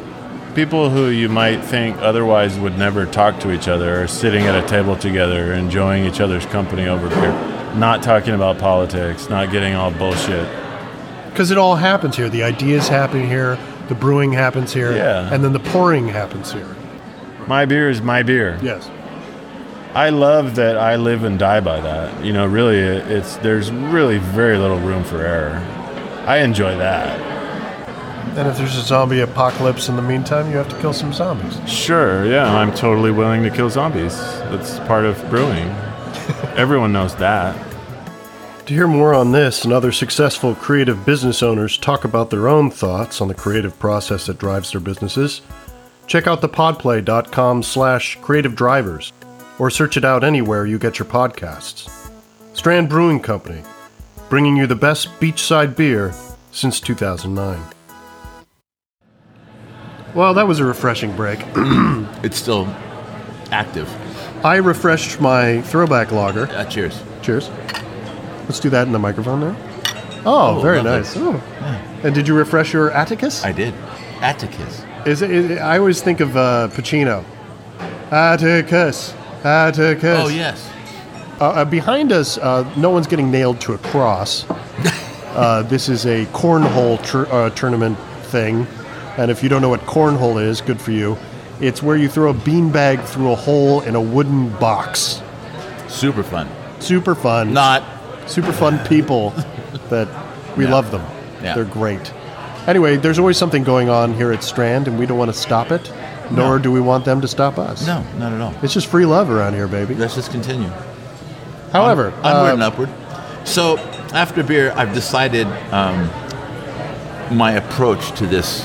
[SPEAKER 3] people who you might think otherwise would never talk to each other are sitting at a table together, enjoying each other's company over beer, not talking about politics, not getting all bullshit.
[SPEAKER 4] because it all happens here. The ideas happen here, the brewing happens here,
[SPEAKER 3] Yeah.
[SPEAKER 4] and then the pouring happens here.
[SPEAKER 3] My beer is my beer.
[SPEAKER 4] Yes.
[SPEAKER 3] I love that I live and die by that. You know, really, it- it's there's really very little room for error. I enjoy that.
[SPEAKER 4] And if there's a zombie apocalypse in the meantime, you have to kill some zombies.
[SPEAKER 3] Sure, yeah, I'm totally willing to kill zombies. That's part of [laughs] brewing. Everyone knows that.
[SPEAKER 1] To hear more on this and other successful creative business owners talk about their own thoughts on the creative process that drives their businesses, check out thepodplay.com slash creative drivers or search it out anywhere you get your podcasts. Strand Brewing Company, bringing you the best beachside beer since 2009. Well, that was a refreshing break.
[SPEAKER 2] It's still active.
[SPEAKER 1] I refreshed my throwback lager.
[SPEAKER 2] Uh, cheers.
[SPEAKER 1] Cheers. Let's do that in the microphone there. Oh,
[SPEAKER 2] Oh,
[SPEAKER 1] very
[SPEAKER 2] lovely.
[SPEAKER 1] nice. Ooh. And did you refresh your Atticus?
[SPEAKER 2] I did. Atticus.
[SPEAKER 1] Is it, is it- I always think of uh, Pacino. Atticus. Atticus.
[SPEAKER 2] Oh yes.
[SPEAKER 1] Uh, uh, behind us, uh, no one's getting nailed to a
[SPEAKER 2] [laughs]
[SPEAKER 1] cross. uh, this is a cornhole tur- uh, tournament thing. And if you don't know what cornhole is, good for you. It's where you throw a beanbag through a hole in a wooden box.
[SPEAKER 2] Super fun.
[SPEAKER 1] Super fun.
[SPEAKER 2] Not
[SPEAKER 1] super fun people that we
[SPEAKER 2] Yeah.
[SPEAKER 1] love them.
[SPEAKER 2] Yeah.
[SPEAKER 1] They're great. Anyway, there's always something going on here at Strand, and we don't want to stop it, nor do we want them to stop us.
[SPEAKER 2] no, not at all.
[SPEAKER 1] It's just free love around here, baby.
[SPEAKER 2] Let's just continue.
[SPEAKER 1] However,
[SPEAKER 2] Onward
[SPEAKER 1] uh,
[SPEAKER 2] and upward. So after beer, I've decided um, my approach to this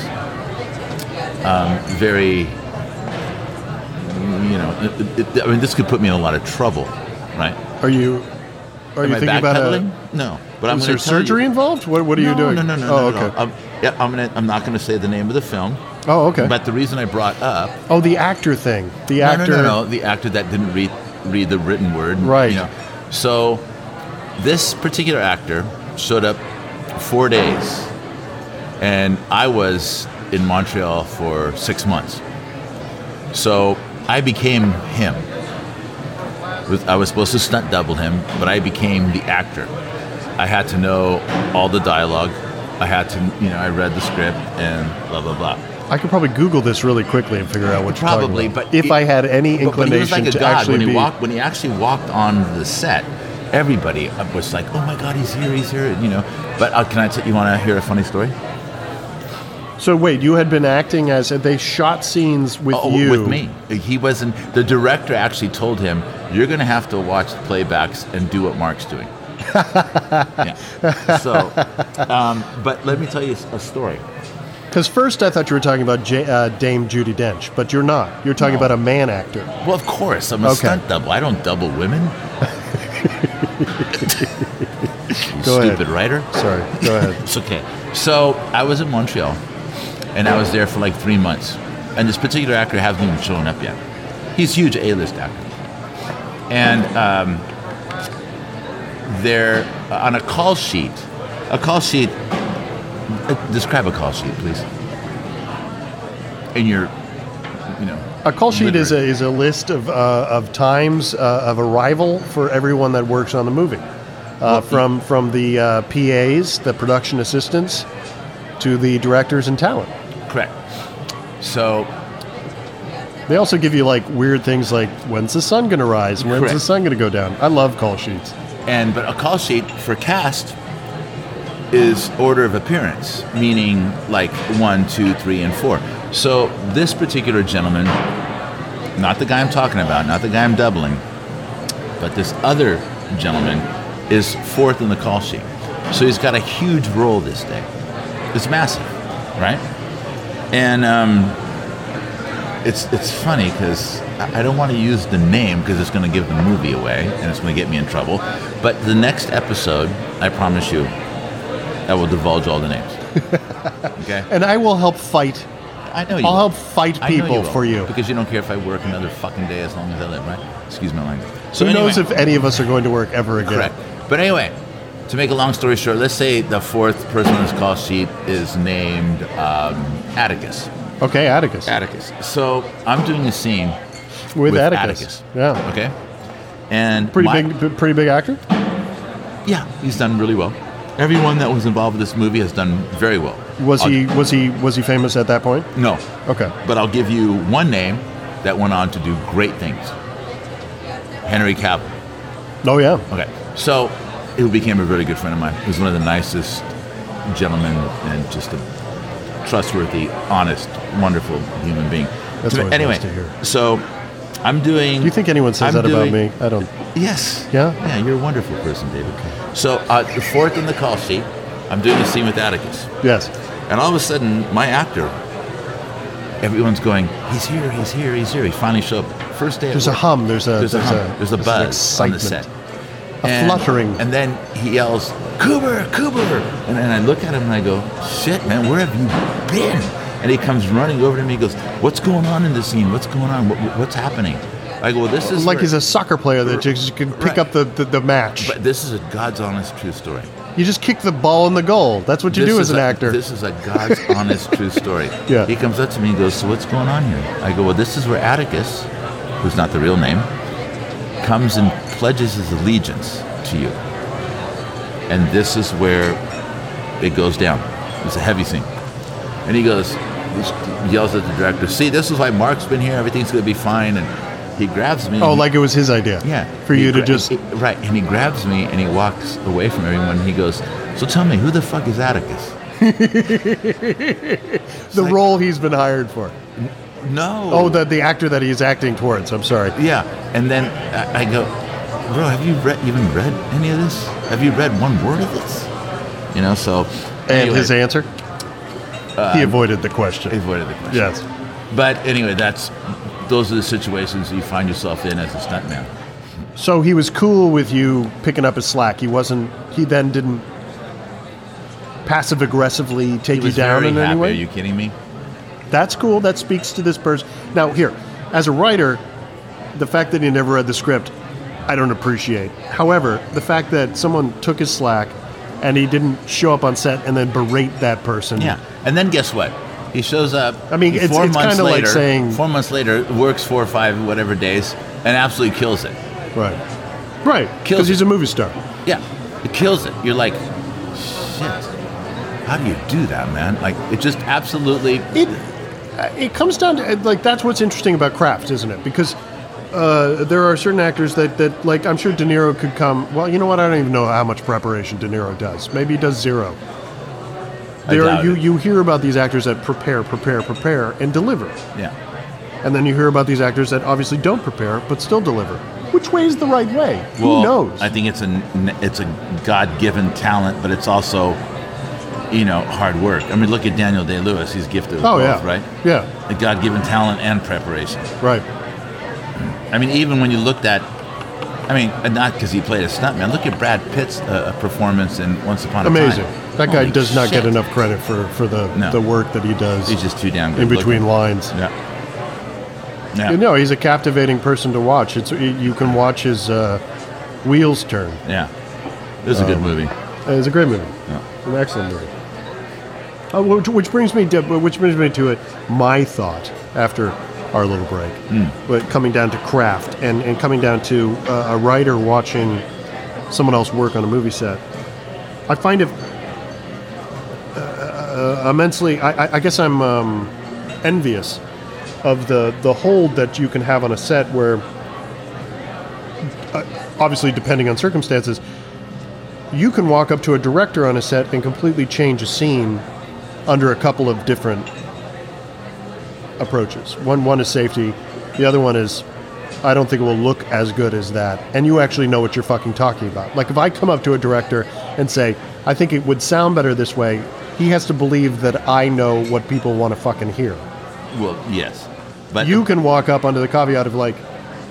[SPEAKER 2] um, very, you know, it- it- I mean, this could put me in a lot of trouble, right?
[SPEAKER 1] are you are
[SPEAKER 2] Am
[SPEAKER 1] you
[SPEAKER 2] I
[SPEAKER 1] thinking about
[SPEAKER 2] backpedaling?
[SPEAKER 1] a,
[SPEAKER 2] no, but I'm
[SPEAKER 1] is
[SPEAKER 2] gonna
[SPEAKER 1] there
[SPEAKER 2] tell you-
[SPEAKER 1] surgery involved? What, what are
[SPEAKER 2] no,
[SPEAKER 1] you doing?
[SPEAKER 2] No, no, no,
[SPEAKER 1] Oh,
[SPEAKER 2] no,
[SPEAKER 1] okay.
[SPEAKER 2] No. I'm, yeah, I'm gonna. I'm not gonna say the name of the film.
[SPEAKER 1] oh, okay.
[SPEAKER 2] But the reason I brought up
[SPEAKER 1] oh, the actor thing. The
[SPEAKER 2] no,
[SPEAKER 1] actor.
[SPEAKER 2] No, no, no, the actor that didn't read read the written word.
[SPEAKER 1] Right.
[SPEAKER 2] you know. So this particular actor showed up four days, and I was in Montreal for six months. So I became him. With- I was supposed to stunt double him, but I became the actor. I had to know all the dialogue. I had to, you know, I read the script and blah blah blah.
[SPEAKER 1] I could probably Google this really quickly and figure out what you're talking
[SPEAKER 2] Probably,
[SPEAKER 1] about.
[SPEAKER 2] but
[SPEAKER 1] if
[SPEAKER 2] it-
[SPEAKER 1] I had any
[SPEAKER 2] But- but he was
[SPEAKER 1] inclination
[SPEAKER 2] like a
[SPEAKER 1] to
[SPEAKER 2] god
[SPEAKER 1] actually
[SPEAKER 2] when he
[SPEAKER 1] be,
[SPEAKER 2] walked when he actually walked on the set. Everybody was like, "Oh my God, he's here! He's here!" You know. But uh, can I? T- you want to hear a funny story?
[SPEAKER 1] so wait, you had been acting as they shot scenes with
[SPEAKER 2] Oh,
[SPEAKER 1] you
[SPEAKER 2] with me. He wasn't. The director actually told him, "You're going to have to watch the playbacks and do what Mark's
[SPEAKER 1] [laughs]
[SPEAKER 2] doing." yeah. So, um, but let me tell you a story.
[SPEAKER 1] Because first I thought you were talking about J- uh, Dame Judy Dench, but you're not. You're talking
[SPEAKER 2] No.
[SPEAKER 1] about a man actor.
[SPEAKER 2] Well, of course, I'm a
[SPEAKER 1] Okay.
[SPEAKER 2] stunt double. I don't double women.
[SPEAKER 1] [laughs]
[SPEAKER 2] you
[SPEAKER 1] Go ahead.
[SPEAKER 2] stupid writer.
[SPEAKER 1] Sorry, go ahead.
[SPEAKER 2] It's okay. So I was in Montreal, and I was there for like three months. And this particular actor hasn't even shown up yet. He's a huge A-list actor, and um, they're on a call sheet. A call sheet. uh, Describe a call sheet, please. In your, you know,
[SPEAKER 1] [laughs] A call sheet is a, is a list of, uh, of times uh, of arrival for everyone that works on the movie, uh, from from the uh, PAs, the production assistants, to the directors and talent.
[SPEAKER 2] correct. So
[SPEAKER 1] They also give you like weird things like when's the sun going to rise, when's the
[SPEAKER 2] Correct.
[SPEAKER 1] sun going to go down. I love call sheets.
[SPEAKER 2] And but a call sheet for cast is order of appearance, meaning like one, two, three, and four. So this particular gentleman, not the guy I'm talking about, not the guy I'm doubling, but this other gentleman is fourth in the call sheet. So he's got a huge role this day. It's massive, right? And um, it's it's funny because I I don't want to use the name because it's going to give the movie away and it's going to get me in trouble. But the next episode, I promise you, I will divulge all the
[SPEAKER 1] [laughs]
[SPEAKER 2] names. Okay.
[SPEAKER 1] And I will help fight.
[SPEAKER 2] I know you.
[SPEAKER 1] I'll
[SPEAKER 2] will.
[SPEAKER 1] help fight
[SPEAKER 2] I know
[SPEAKER 1] people
[SPEAKER 2] will,
[SPEAKER 1] for you.
[SPEAKER 2] because you don't care if I work another fucking day as long as I live, right? Excuse my language. So
[SPEAKER 1] Who knows
[SPEAKER 2] anyway-
[SPEAKER 1] if any of us are going to work ever again?
[SPEAKER 2] Correct. But anyway, to make a long story short, let's say the fourth person on this call sheet is named um, Atticus.
[SPEAKER 1] Okay, Atticus.
[SPEAKER 2] Atticus. So I'm doing a scene
[SPEAKER 1] With,
[SPEAKER 2] with
[SPEAKER 1] Atticus.
[SPEAKER 2] Atticus.
[SPEAKER 1] Yeah.
[SPEAKER 2] Okay. And
[SPEAKER 1] Pretty
[SPEAKER 2] my-
[SPEAKER 1] big, p- pretty big actor.
[SPEAKER 2] Yeah, he's done really well. Everyone that was involved with this movie has done very well.
[SPEAKER 1] Was
[SPEAKER 2] I'll-
[SPEAKER 1] he? Was he? Was he famous at that point?
[SPEAKER 2] No.
[SPEAKER 1] Okay.
[SPEAKER 2] But I'll give you one name that went on to do great things. Henry Cavill.
[SPEAKER 1] Oh yeah.
[SPEAKER 2] Okay. So he became a really good friend of mine. He was one of the nicest gentlemen and just a trustworthy, honest, wonderful human being.
[SPEAKER 1] That's
[SPEAKER 2] So
[SPEAKER 1] always
[SPEAKER 2] anyway,
[SPEAKER 1] nice to hear.
[SPEAKER 2] so I'm doing.
[SPEAKER 1] Do you think anyone says
[SPEAKER 2] I'm
[SPEAKER 1] that about
[SPEAKER 2] doing-
[SPEAKER 1] me? I don't.
[SPEAKER 2] Yes.
[SPEAKER 1] Yeah?
[SPEAKER 2] Yeah, you're a wonderful person, David. So uh, the fourth in the call sheet, I'm doing a scene with Atticus.
[SPEAKER 1] Yes.
[SPEAKER 2] And all of a sudden, my actor, everyone's going, he's here, he's here, he's here. He finally showed up. First day at
[SPEAKER 1] There's a
[SPEAKER 2] work
[SPEAKER 1] hum. There's a.
[SPEAKER 2] there's, a, hum, there's a
[SPEAKER 1] an
[SPEAKER 2] buzz on the
[SPEAKER 1] excitement.
[SPEAKER 2] set.
[SPEAKER 1] A fluttering.
[SPEAKER 2] And then he yells, Cooper, Cooper. And then I look at him and I go, shit, man, where have you been? And he comes running over to me. He goes, what's going on in this scene? What's going on? What, what's happening? I go, well, this is
[SPEAKER 1] Like
[SPEAKER 2] where-
[SPEAKER 1] he's a soccer player that just can pick
[SPEAKER 2] Right.
[SPEAKER 1] up the, the, the match.
[SPEAKER 2] But this is a God's honest true story.
[SPEAKER 1] you just kick the ball in the goal. That's what you
[SPEAKER 2] This
[SPEAKER 1] do
[SPEAKER 2] is
[SPEAKER 1] as an
[SPEAKER 2] a-
[SPEAKER 1] actor.
[SPEAKER 2] This is a
[SPEAKER 1] [laughs]
[SPEAKER 2] God's honest true story.
[SPEAKER 1] Yeah.
[SPEAKER 2] He comes up to me and goes, So what's going on here? I go, Well, this is where Atticus, who's not the real name, comes and pledges his allegiance to you. And this is where it goes down. It's a heavy scene. And he goes, he yells at the director, See, this is why Mark's been here. Everything's going to be fine. And he grabs me.
[SPEAKER 1] oh,
[SPEAKER 2] and-
[SPEAKER 1] like it was his idea.
[SPEAKER 2] yeah.
[SPEAKER 1] For
[SPEAKER 2] He
[SPEAKER 1] you to
[SPEAKER 2] gra-
[SPEAKER 1] just.
[SPEAKER 2] he- right, and he grabs me and he walks away from everyone. And he goes, "So tell me, who the fuck is Atticus?"
[SPEAKER 1] the
[SPEAKER 2] like-
[SPEAKER 1] role he's been hired for.
[SPEAKER 2] No.
[SPEAKER 1] Oh, the, the actor that he's acting towards. I'm sorry.
[SPEAKER 2] Yeah, and then I, I go, "Bro, have you re- even read any of this? Have you read one word of this?" You know, so
[SPEAKER 1] And his answer?
[SPEAKER 2] Uh,
[SPEAKER 1] he avoided the question.
[SPEAKER 2] avoided the question.
[SPEAKER 1] Yes.
[SPEAKER 2] But anyway, that's those are the situations you find yourself in as a stuntman.
[SPEAKER 1] So he was cool with you picking up his slack. He wasn't. He then didn't passive aggressively take you
[SPEAKER 2] He was
[SPEAKER 1] down
[SPEAKER 2] very
[SPEAKER 1] in
[SPEAKER 2] happy.
[SPEAKER 1] any way.
[SPEAKER 2] Are you kidding me?
[SPEAKER 1] That's cool. That speaks to this person. Now, here, as a writer, the fact that he never read the script, I don't appreciate. However, the fact that someone took his slack and he didn't show up on set and then berate that person.
[SPEAKER 2] Yeah, and then guess what? He shows up.
[SPEAKER 1] I mean, it's-
[SPEAKER 2] four
[SPEAKER 1] it's
[SPEAKER 2] months
[SPEAKER 1] kinda like
[SPEAKER 2] later.
[SPEAKER 1] saying-
[SPEAKER 2] four months later, works four or five whatever days, and absolutely kills it.
[SPEAKER 1] Right. Right.
[SPEAKER 2] Kills
[SPEAKER 1] Because he's
[SPEAKER 2] it.
[SPEAKER 1] a movie star.
[SPEAKER 2] Yeah, it kills it. You're like, shit. How do you do that, man? Like, it just absolutely.
[SPEAKER 1] It uh, it comes down to like that's what's interesting about craft, isn't it? Because uh, there are certain actors that, that like I'm sure De Niro could come. Well, you know what? I don't even know how much preparation De Niro does. Maybe he does zero.
[SPEAKER 2] I
[SPEAKER 1] There,
[SPEAKER 2] doubt
[SPEAKER 1] you
[SPEAKER 2] it.
[SPEAKER 1] you hear about these actors that prepare, prepare, prepare, and deliver,
[SPEAKER 2] Yeah.
[SPEAKER 1] and then you hear about these actors that obviously don't prepare but still deliver. Which way is the right way? Who knows?
[SPEAKER 2] I think it's a n- it's a God given talent, but it's also, you know, hard work. I mean, look at Daniel Day Lewis. He's gifted. with
[SPEAKER 1] oh
[SPEAKER 2] both,
[SPEAKER 1] yeah,
[SPEAKER 2] Right.
[SPEAKER 1] Yeah,
[SPEAKER 2] A God given talent and preparation.
[SPEAKER 1] right.
[SPEAKER 2] I mean, even when you looked at, I mean, uh, not because he played a stuntman. Look at Brad Pitt's uh, performance in Once Upon a
[SPEAKER 1] Amazing.
[SPEAKER 2] Time.
[SPEAKER 1] That guy
[SPEAKER 2] Holy
[SPEAKER 1] does not
[SPEAKER 2] shit.
[SPEAKER 1] get enough credit for for the
[SPEAKER 2] No.
[SPEAKER 1] the work that he does
[SPEAKER 2] He's just too damn good.
[SPEAKER 1] in between
[SPEAKER 2] looking.
[SPEAKER 1] lines.
[SPEAKER 2] Yeah.
[SPEAKER 1] You
[SPEAKER 2] Yeah.
[SPEAKER 1] know, he's a captivating person to watch. It's you can watch his uh, wheels turn.
[SPEAKER 2] Yeah. It was
[SPEAKER 1] Um,
[SPEAKER 2] a good movie.
[SPEAKER 1] Uh, It's a great movie,
[SPEAKER 2] Yeah.
[SPEAKER 1] an excellent movie. Uh, which, which brings me to which brings me to it. My thought after our little break, but coming down to craft and and coming down to uh, a writer watching someone else work on a movie set. I find it uh, uh, immensely. I, I- I guess I'm um, envious of the the hold that you can have on a set where, uh, obviously, depending on circumstances, you can walk up to a director on a set and completely change a scene under a couple of different approaches. One one is safety, the other one is I don't think it will look as good as that. And you actually know what you're fucking talking about. Like if I come up to a director and say, I think it would sound better this way. He has to believe that I know what people want to fucking hear.
[SPEAKER 2] Well, yes, but
[SPEAKER 1] You can walk up under the caveat of like,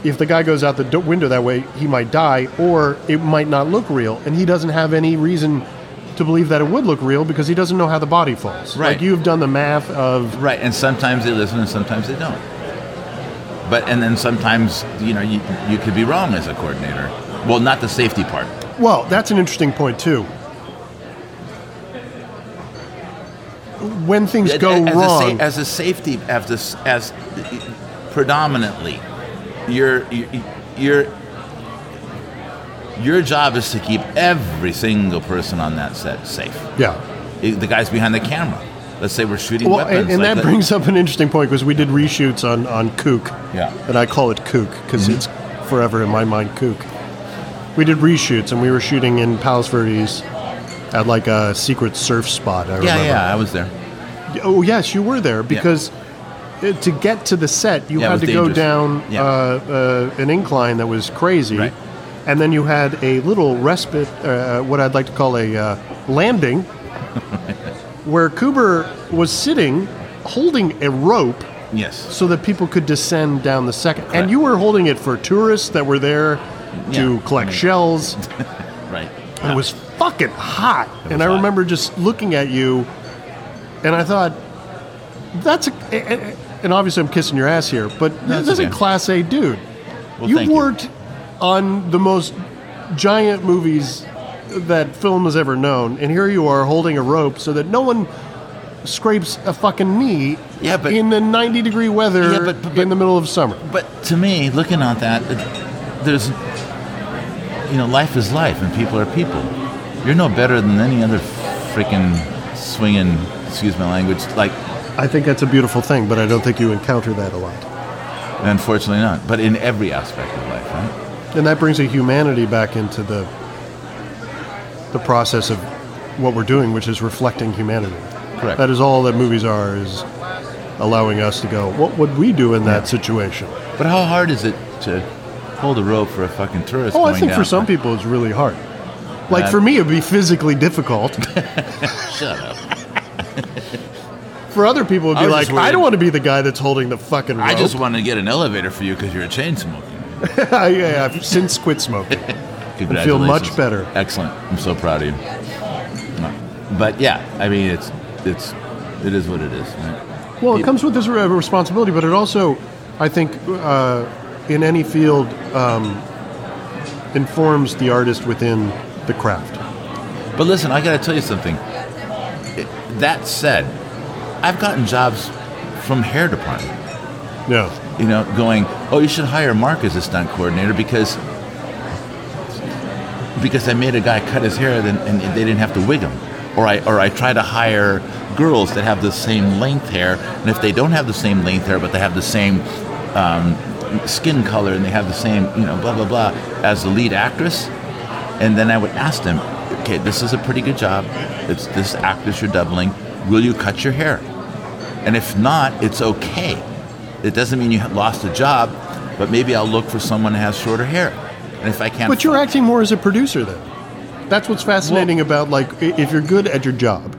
[SPEAKER 1] if the guy goes out the do- window that way, he might die, or it might not look real, and he doesn't have any reason to believe that it would look real because he doesn't know how the body falls.
[SPEAKER 2] Right.
[SPEAKER 1] Like you've done the math of
[SPEAKER 2] Right, and sometimes they listen and sometimes they don't. But and then sometimes you know you you could be wrong as a coordinator. Well, not the safety part.
[SPEAKER 1] Well, that's an interesting point too. When things go
[SPEAKER 2] as A,
[SPEAKER 1] wrong,
[SPEAKER 2] sa- as a safety, as this, as predominantly, your your your job is to keep every single person on that set safe.
[SPEAKER 1] yeah.
[SPEAKER 2] It- The guys behind the camera. Let's say we're shooting
[SPEAKER 1] Well,
[SPEAKER 2] weapons.
[SPEAKER 1] and, and
[SPEAKER 2] like
[SPEAKER 1] that brings up an interesting point because we did reshoots on on Kook.
[SPEAKER 2] Yeah.
[SPEAKER 1] and I call it Kook because
[SPEAKER 2] Mm-hmm.
[SPEAKER 1] it's forever in my mind Kook. We did reshoots, and we were shooting in Palos Verdes at like a secret surf spot. I
[SPEAKER 2] Yeah,
[SPEAKER 1] remember.
[SPEAKER 2] yeah, I was there.
[SPEAKER 1] Oh yes, you were there because uh to get to the set, you
[SPEAKER 2] Yeah, it
[SPEAKER 1] had
[SPEAKER 2] was
[SPEAKER 1] to go
[SPEAKER 2] dangerous.
[SPEAKER 1] down
[SPEAKER 2] Yeah.
[SPEAKER 1] uh, uh, an incline that was crazy,
[SPEAKER 2] Right.
[SPEAKER 1] and then you had a little respite, uh, what I'd like to call a uh, landing,
[SPEAKER 2] [laughs]
[SPEAKER 1] where Cooper was sitting, holding a rope
[SPEAKER 2] Yes.
[SPEAKER 1] so that people could descend down the second.
[SPEAKER 2] Correct.
[SPEAKER 1] And you were holding it for tourists that were there to
[SPEAKER 2] Yeah.
[SPEAKER 1] collect shells.
[SPEAKER 2] Right.
[SPEAKER 1] It was fucking hot. and I
[SPEAKER 2] hot.
[SPEAKER 1] remember just looking at you and I thought, that's a. a- a- And obviously, I'm kissing your ass here, but this
[SPEAKER 2] That's
[SPEAKER 1] is a
[SPEAKER 2] okay.
[SPEAKER 1] class A dude.
[SPEAKER 2] Well,
[SPEAKER 1] You've
[SPEAKER 2] thank you.
[SPEAKER 1] worked on the most giant movies that film has ever known, and here you are holding a rope so that no one scrapes a fucking knee
[SPEAKER 2] Yeah, but-
[SPEAKER 1] in the 90 degree weather
[SPEAKER 2] Yeah, but- but-
[SPEAKER 1] in the middle of summer.
[SPEAKER 2] But to me, looking at that, it- there's, you know, life is life and people are people. You're no better than any other freaking swinging, excuse my language, like,
[SPEAKER 1] I think that's a beautiful thing, but I don't think you encounter that a lot.
[SPEAKER 2] unfortunately not, but in every aspect of life, right?
[SPEAKER 1] And that brings a humanity back into the the process of what we're doing, which is reflecting humanity.
[SPEAKER 2] Correct.
[SPEAKER 1] That is all that movies are is allowing us to go, what would we do in that situation?
[SPEAKER 2] But how hard is it to hold a rope for a fucking tourist?
[SPEAKER 1] Oh, I
[SPEAKER 2] going
[SPEAKER 1] think for
[SPEAKER 2] down?
[SPEAKER 1] some people it's really hard. Like
[SPEAKER 2] Uh,
[SPEAKER 1] for me, it'd be physically difficult.
[SPEAKER 2] [laughs] Shut up.
[SPEAKER 1] [laughs] For other people, it'd
[SPEAKER 2] I
[SPEAKER 1] be
[SPEAKER 2] was
[SPEAKER 1] like,
[SPEAKER 2] just
[SPEAKER 1] I don't
[SPEAKER 2] worried-
[SPEAKER 1] want to be the guy that's holding the fucking rope.
[SPEAKER 2] I just wanted to get an elevator for you because you're a chain smoker.
[SPEAKER 1] [laughs] yeah, I've since quit smoking.
[SPEAKER 2] Congratulations.
[SPEAKER 1] much better.
[SPEAKER 2] Excellent. I'm so proud of you. But yeah, I mean, it's, it's, it is what it is, right?
[SPEAKER 1] Well, it comes with this re- responsibility, but it also, I think, uh, in any field, um, informs the artist within the craft.
[SPEAKER 2] But listen, I got to tell you something. It- That said, I've gotten jobs from hair department,
[SPEAKER 1] Yeah.
[SPEAKER 2] you know, going, "Oh, you should hire Mark as a stunt coordinator because because I made a guy cut his hair then, and they didn't have to wig him." Or I or I try to hire girls that have the same length hair, and if they don't have the same length hair but they have the same um, skin color and they have the same, you know, blah blah blah as the lead actress, and then I would ask them, okay, this is a pretty good job. It's this actress you're doubling. Will you cut your hair? And if not, it's okay. It doesn't mean you ha- lost a job, but maybe I'll look for someone that has shorter hair. And if I can't,
[SPEAKER 1] But you're acting more as a producer, then. That's what's fascinating about, like, i- if you're good at your job,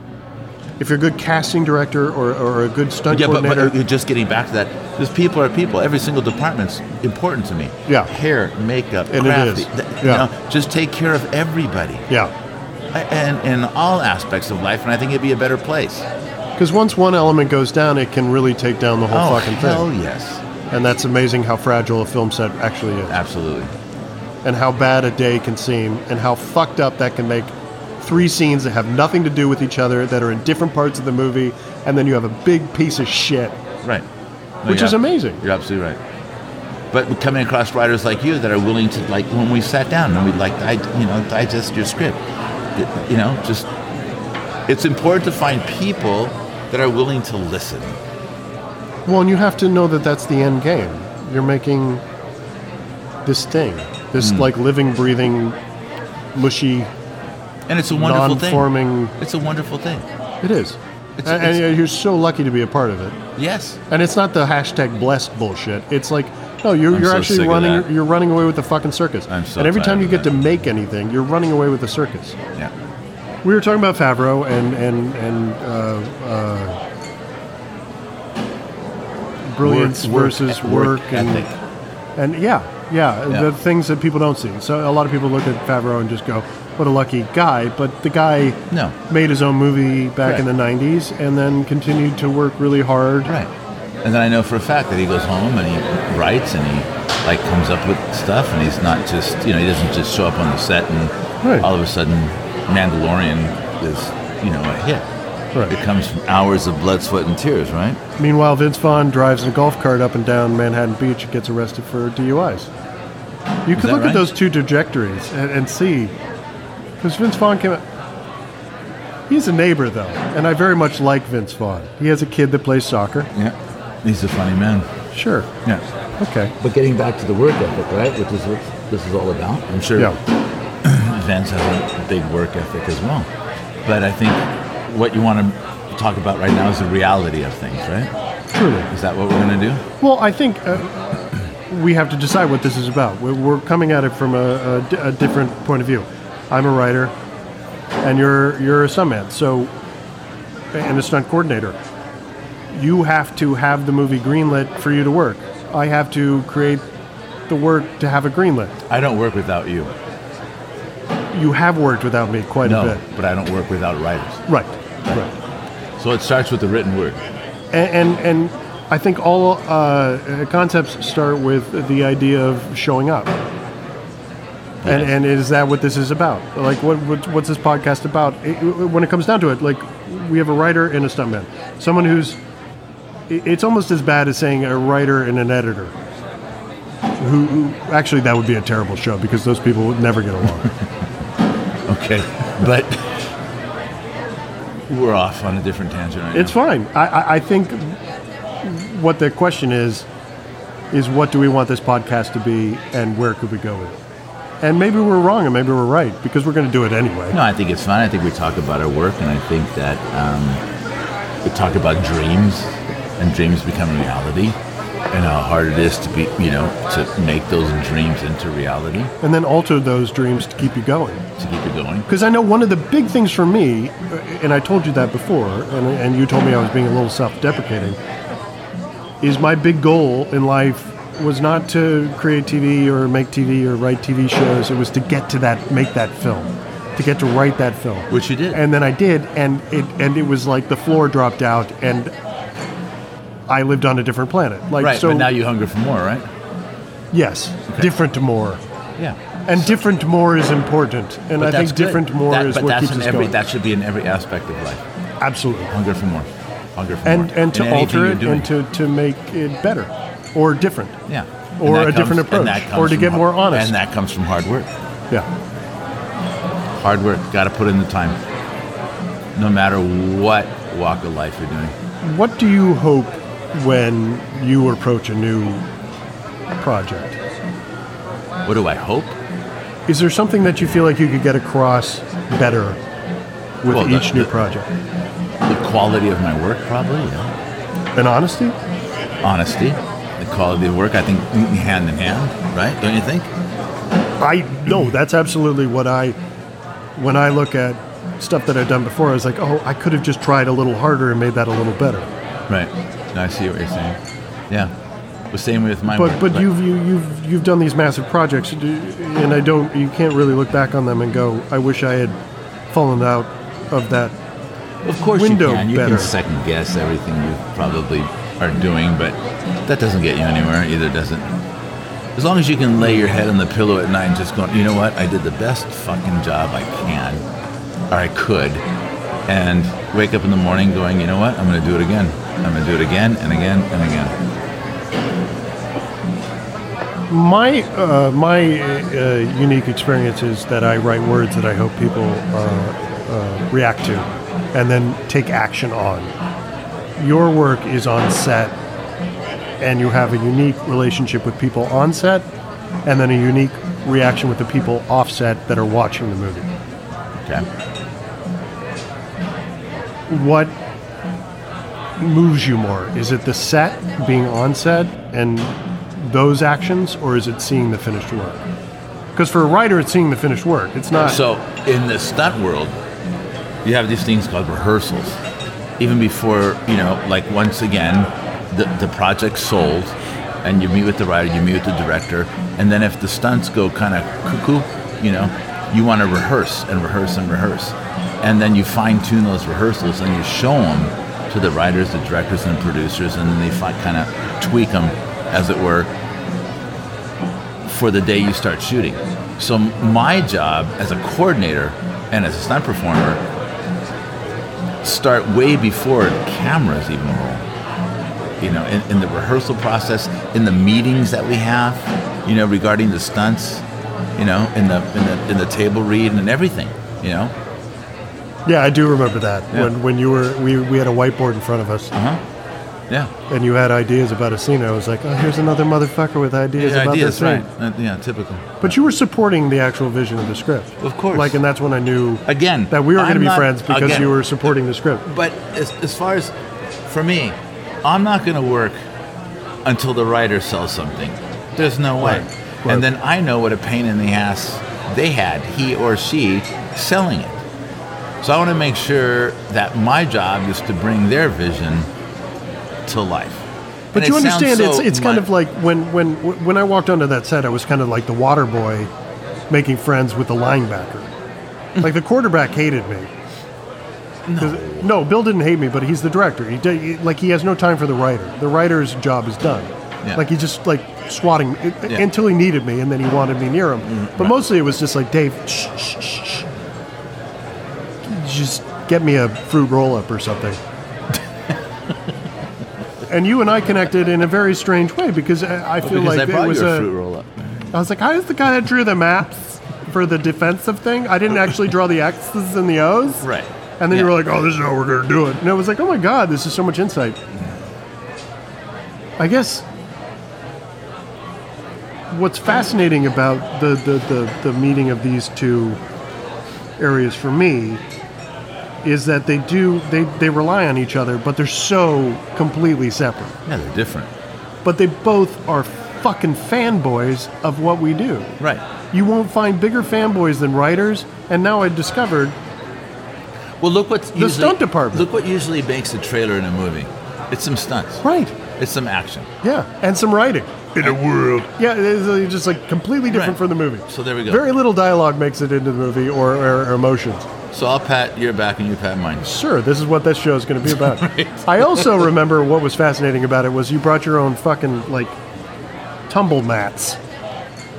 [SPEAKER 1] if you're a good casting director or, or a good stunt
[SPEAKER 2] yeah, but,
[SPEAKER 1] coordinator,
[SPEAKER 2] but uh, just getting back to that, just people are people. Every single department's important to me.
[SPEAKER 1] Yeah.
[SPEAKER 2] hair, makeup,
[SPEAKER 1] And it
[SPEAKER 2] crafty.
[SPEAKER 1] is.
[SPEAKER 2] th-
[SPEAKER 1] Yeah.
[SPEAKER 2] you know, just take care of everybody,
[SPEAKER 1] yeah.
[SPEAKER 2] A- and in all aspects of life. And I think it'd be a better place.
[SPEAKER 1] Because once one element goes down, it can really take down the whole
[SPEAKER 2] oh
[SPEAKER 1] fucking
[SPEAKER 2] hell
[SPEAKER 1] thing.
[SPEAKER 2] yes,
[SPEAKER 1] And that's amazing how fragile a film set actually is.
[SPEAKER 2] absolutely.
[SPEAKER 1] and how bad a day can seem and how fucked up that can make three scenes that have nothing to do with each other that are in different parts of the movie and then you have a big piece of shit
[SPEAKER 2] Right. No,
[SPEAKER 1] Which
[SPEAKER 2] you're
[SPEAKER 1] is
[SPEAKER 2] ab-
[SPEAKER 1] amazing.
[SPEAKER 2] You're absolutely right. But coming across writers like you that are willing to like when we sat down and we like I you know digest your script, It- you know just it's important to find people that are willing to listen.
[SPEAKER 1] well and you have to know that that's the end game you're making this thing this
[SPEAKER 2] Hmm.
[SPEAKER 1] like living breathing mushy
[SPEAKER 2] And it's a wonderful
[SPEAKER 1] Non-forming-
[SPEAKER 2] thing. It's a wonderful thing.
[SPEAKER 1] it is
[SPEAKER 2] It's-
[SPEAKER 1] and, and you're so lucky to be a part of it
[SPEAKER 2] Yes.
[SPEAKER 1] and it's not the hashtag blessed bullshit it's like no you're,
[SPEAKER 2] I'm
[SPEAKER 1] you're
[SPEAKER 2] so sick
[SPEAKER 1] actually
[SPEAKER 2] of
[SPEAKER 1] running
[SPEAKER 2] that.
[SPEAKER 1] you're running away with the fucking circus
[SPEAKER 2] I'm so
[SPEAKER 1] and every
[SPEAKER 2] tired
[SPEAKER 1] time you
[SPEAKER 2] of
[SPEAKER 1] get
[SPEAKER 2] that.
[SPEAKER 1] to make anything you're running away with the circus
[SPEAKER 2] Yeah.
[SPEAKER 1] we were talking about Favreau and and and uh, uh, brilliance
[SPEAKER 2] Work- work-
[SPEAKER 1] versus
[SPEAKER 2] work
[SPEAKER 1] work, and
[SPEAKER 2] ethic.
[SPEAKER 1] and yeah, yeah,
[SPEAKER 2] Yeah.
[SPEAKER 1] the things that people don't see. So a lot of people look at Favreau and just go, "What a lucky guy!" But the guy
[SPEAKER 2] No.
[SPEAKER 1] made his own movie back in the '90s and then continued to work really hard.
[SPEAKER 2] Right. And then I know for a fact that he goes home and he writes and he like comes up with stuff and he's not just you know he doesn't just show up on the set and
[SPEAKER 1] Right.
[SPEAKER 2] all of a sudden Mandalorian is you know a hit.
[SPEAKER 1] Right.
[SPEAKER 2] It comes from hours of blood, sweat, and tears, right?
[SPEAKER 1] Meanwhile, Vince Vaughn drives a golf cart up and down Manhattan Beach and gets arrested for DUIs. You could
[SPEAKER 2] Is that
[SPEAKER 1] look
[SPEAKER 2] right?
[SPEAKER 1] at those two trajectories and, and see, because Vince Vaughn came. out. He's a neighbor though, and I very much like Vince Vaughn. He has a kid that plays soccer.
[SPEAKER 2] Yeah. He's a funny man.
[SPEAKER 1] Sure.
[SPEAKER 2] Yeah.
[SPEAKER 1] Okay.
[SPEAKER 2] But getting back to the work ethic, right, which is what this is all about. I'm sure
[SPEAKER 1] Yeah.
[SPEAKER 2] Vance has a big work ethic as well. But I think what you want to talk about right now is the reality of things, right?
[SPEAKER 1] Truly.
[SPEAKER 2] Is that what we're going to do?
[SPEAKER 1] Well, I think uh, we have to decide what this is about. We're, we're coming at it from a, a, di- a different point of view. I'm a writer, and you're you're a stuntman, so and a stunt coordinator. You have to have the movie greenlit for you to work. I have to create the work to have a greenlit.
[SPEAKER 2] I don't work without you.
[SPEAKER 1] You have worked without me quite a
[SPEAKER 2] No,
[SPEAKER 1] bit,
[SPEAKER 2] but I don't work without writers.
[SPEAKER 1] right? Right.
[SPEAKER 2] So it starts with the written word.
[SPEAKER 1] and and, and I think all uh, concepts start with the idea of showing up. And
[SPEAKER 2] Yes.
[SPEAKER 1] and is that what this is about? Like, what, what what's this podcast about? It- it- when it comes down to it, like we have a writer and a stuntman, someone who's i- it's almost as bad as saying a writer and an editor. Who, who actually that would be a terrible show because those people would never get along.
[SPEAKER 2] Okay, [laughs] but we're off on a different tangent right
[SPEAKER 1] It's
[SPEAKER 2] now.
[SPEAKER 1] fine. I, I, I think what the question is is what do we want this podcast to be, and where could we go with it? And maybe we're wrong, and maybe we're right because we're going to do it anyway.
[SPEAKER 2] No, I think it's fine. I think we talk about our work, and I think that um, we talk about dreams and dreams become reality, and how hard it is to be, you know, to make those dreams into reality
[SPEAKER 1] And then alter those dreams to keep you going.
[SPEAKER 2] to keep it going.
[SPEAKER 1] Because I know one of the big things for me, uh, and I told you that before, and, and you told me I was being a little self-deprecating, is my big goal in life was not to create TV or make TV or write TV shows. It was to get to that, make that film, to get to write that film.
[SPEAKER 2] Which you did.
[SPEAKER 1] And then I did, and it and it was like the floor dropped out, and I lived on a different planet. Like
[SPEAKER 2] right,
[SPEAKER 1] so,
[SPEAKER 2] but now you hunger for more, right?
[SPEAKER 1] yes, different more.
[SPEAKER 2] Yeah.
[SPEAKER 1] And different more is important, and I
[SPEAKER 2] But
[SPEAKER 1] think
[SPEAKER 2] that's good.
[SPEAKER 1] different more
[SPEAKER 2] That-
[SPEAKER 1] is
[SPEAKER 2] but
[SPEAKER 1] what
[SPEAKER 2] that's
[SPEAKER 1] keeps
[SPEAKER 2] in
[SPEAKER 1] us
[SPEAKER 2] every,
[SPEAKER 1] going.
[SPEAKER 2] That should be in every aspect of life.
[SPEAKER 1] Absolutely.
[SPEAKER 2] Hunger for more. Hunger for
[SPEAKER 1] and
[SPEAKER 2] more.
[SPEAKER 1] and to
[SPEAKER 2] In anything
[SPEAKER 1] alter
[SPEAKER 2] you're
[SPEAKER 1] it
[SPEAKER 2] doing.
[SPEAKER 1] and to, to make it better or different
[SPEAKER 2] Yeah.
[SPEAKER 1] Or
[SPEAKER 2] And that
[SPEAKER 1] a different
[SPEAKER 2] comes- and
[SPEAKER 1] approach,
[SPEAKER 2] that comes
[SPEAKER 1] or to
[SPEAKER 2] from
[SPEAKER 1] get
[SPEAKER 2] har-
[SPEAKER 1] more honest.
[SPEAKER 2] And that comes from hard work.
[SPEAKER 1] yeah
[SPEAKER 2] Hard work. Got to put in the time. No matter what walk of life you're doing.
[SPEAKER 1] what do you hope when you approach a new project
[SPEAKER 2] What do I hope?
[SPEAKER 1] is there something that you feel like you could get across better with
[SPEAKER 2] Well,
[SPEAKER 1] each
[SPEAKER 2] the-
[SPEAKER 1] new
[SPEAKER 2] the-
[SPEAKER 1] project
[SPEAKER 2] The quality of my work, probably. Yeah.
[SPEAKER 1] and honesty
[SPEAKER 2] Honesty. The quality of work. I think hand in hand, right? Don't you think?
[SPEAKER 1] i no that's absolutely what i when i look at stuff that i've done before i was like oh i could have just tried a little harder and made that a little better
[SPEAKER 2] Right. No, I see what you're saying. Yeah. The same with my
[SPEAKER 1] But
[SPEAKER 2] work.
[SPEAKER 1] but you've you, you've you've done these massive projects, you do- and I don't. You can't really look back on them and go, "I wish I had fallen out of that."
[SPEAKER 2] Of course
[SPEAKER 1] window
[SPEAKER 2] you can. You
[SPEAKER 1] better.
[SPEAKER 2] can second guess everything you probably are doing, but that doesn't get you anywhere either, does it? As long as you can lay your head on the pillow at night and just going, you know what, I did the best fucking job I can, or I could, and wake up in the morning going, you know what, I'm going to do it again. I'm going to do it again and again and again.
[SPEAKER 1] My uh, my uh, unique experience is that I write words that I hope people uh, uh, react to, and then take action on. Your work is on set, and you have a unique relationship with people on set, and then a unique reaction with the people off set that are watching the movie.
[SPEAKER 2] Okay.
[SPEAKER 1] what moves you more? Is it the set, being on set, and those actions, or is it seeing the finished work? Because for a writer, it's seeing the finished work. It's not.
[SPEAKER 2] So in the stunt world, you have these things called rehearsals. Even before, you know, like once again, the, the project's sold and you meet with the writer, you meet with the director, and then if the stunts go kind of cuckoo, you know, you want to rehearse and rehearse and rehearse. And then you fine tune those rehearsals and you show them to the writers, the directors, and producers, and then they fi- kind of tweak them, as it were, for the day you start shooting. So my job as a coordinator and as a stunt performer start way before cameras even roll. You know, in, in the rehearsal process, in the meetings that we have, you know, regarding the stunts, you know, in the in the in the table read and everything, you know.
[SPEAKER 1] Yeah, I do remember that.
[SPEAKER 2] Yeah.
[SPEAKER 1] When when you were we, we had a whiteboard in front of us Uh-huh.
[SPEAKER 2] Yeah.
[SPEAKER 1] and you had ideas about a scene. I was like, oh, here's another motherfucker with ideas
[SPEAKER 2] Yeah,
[SPEAKER 1] about this
[SPEAKER 2] ideas,
[SPEAKER 1] scene.
[SPEAKER 2] right. Uh, yeah, typical.
[SPEAKER 1] But you were supporting the actual vision of the script.
[SPEAKER 2] Of course.
[SPEAKER 1] Like, and that's when I knew
[SPEAKER 2] Again,
[SPEAKER 1] that we were going to
[SPEAKER 2] I'm
[SPEAKER 1] be
[SPEAKER 2] not-
[SPEAKER 1] friends because
[SPEAKER 2] again.
[SPEAKER 1] you were supporting the script.
[SPEAKER 2] But as, as far as for me, I'm not going to work until the writer sells something. There's no way.
[SPEAKER 1] Right, right.
[SPEAKER 2] And then I know what a pain in the ass they had, he or she, selling it. So I want to make sure that my job is to bring their vision to life.
[SPEAKER 1] But
[SPEAKER 2] And
[SPEAKER 1] you
[SPEAKER 2] it sounds
[SPEAKER 1] understand, it's
[SPEAKER 2] so
[SPEAKER 1] it's kind
[SPEAKER 2] mon-
[SPEAKER 1] of like when when when I walked onto that set, I was kind of like the water boy, making friends with the linebacker.
[SPEAKER 2] Hmm.
[SPEAKER 1] like the quarterback hated me. 'Cause- No. Bill didn't hate me, but he's the director. He did, he- like he has no time for the writer. The writer's job is done.
[SPEAKER 2] Yeah.
[SPEAKER 1] Like he just like swatting me uh,
[SPEAKER 2] Yeah. Mm-hmm.
[SPEAKER 1] until he needed me, and then he wanted me near him. but mostly it was just like Dave, shh, shh, shh, shh. just get me a fruit roll up or something. and you and I connected in a very strange way because I, I feel
[SPEAKER 2] because I
[SPEAKER 1] like
[SPEAKER 2] brought
[SPEAKER 1] it was
[SPEAKER 2] you a,
[SPEAKER 1] a
[SPEAKER 2] fruit roll up.
[SPEAKER 1] I was like, I was the guy that drew the maps for the defensive thing. I
[SPEAKER 2] [laughs]
[SPEAKER 1] didn't actually draw the X's and the O's.
[SPEAKER 2] Right.
[SPEAKER 1] And then you
[SPEAKER 2] Yeah.
[SPEAKER 1] were like, oh, this is how we're going to do it. And I was like, oh my God, this is so much insight. I guess what's fascinating about the, the, the, the meeting of these two areas for me is that they do they, they rely on each other but they're so completely separate
[SPEAKER 2] Yeah, they're different.
[SPEAKER 1] but they both are fucking fanboys of what we do
[SPEAKER 2] Right.
[SPEAKER 1] you won't find bigger fanboys than writers. And now I discovered
[SPEAKER 2] Well, look what's the
[SPEAKER 1] stunt department.
[SPEAKER 2] Look what usually makes a trailer in a movie. It's some stunts.
[SPEAKER 1] right,
[SPEAKER 2] It's some action.
[SPEAKER 1] yeah, and some writing.
[SPEAKER 5] In a world.
[SPEAKER 1] Yeah, it's uh, just like completely different
[SPEAKER 2] Right.
[SPEAKER 1] from the movie.
[SPEAKER 2] So there we go.
[SPEAKER 1] Very little dialogue makes it into the movie or, or, or emotions.
[SPEAKER 2] So I'll pat your back and you pat mine.
[SPEAKER 1] Sure, this is what this show is going to be
[SPEAKER 2] [laughs]
[SPEAKER 1] about. I also remember what was fascinating about it was you brought your own fucking like tumble mats,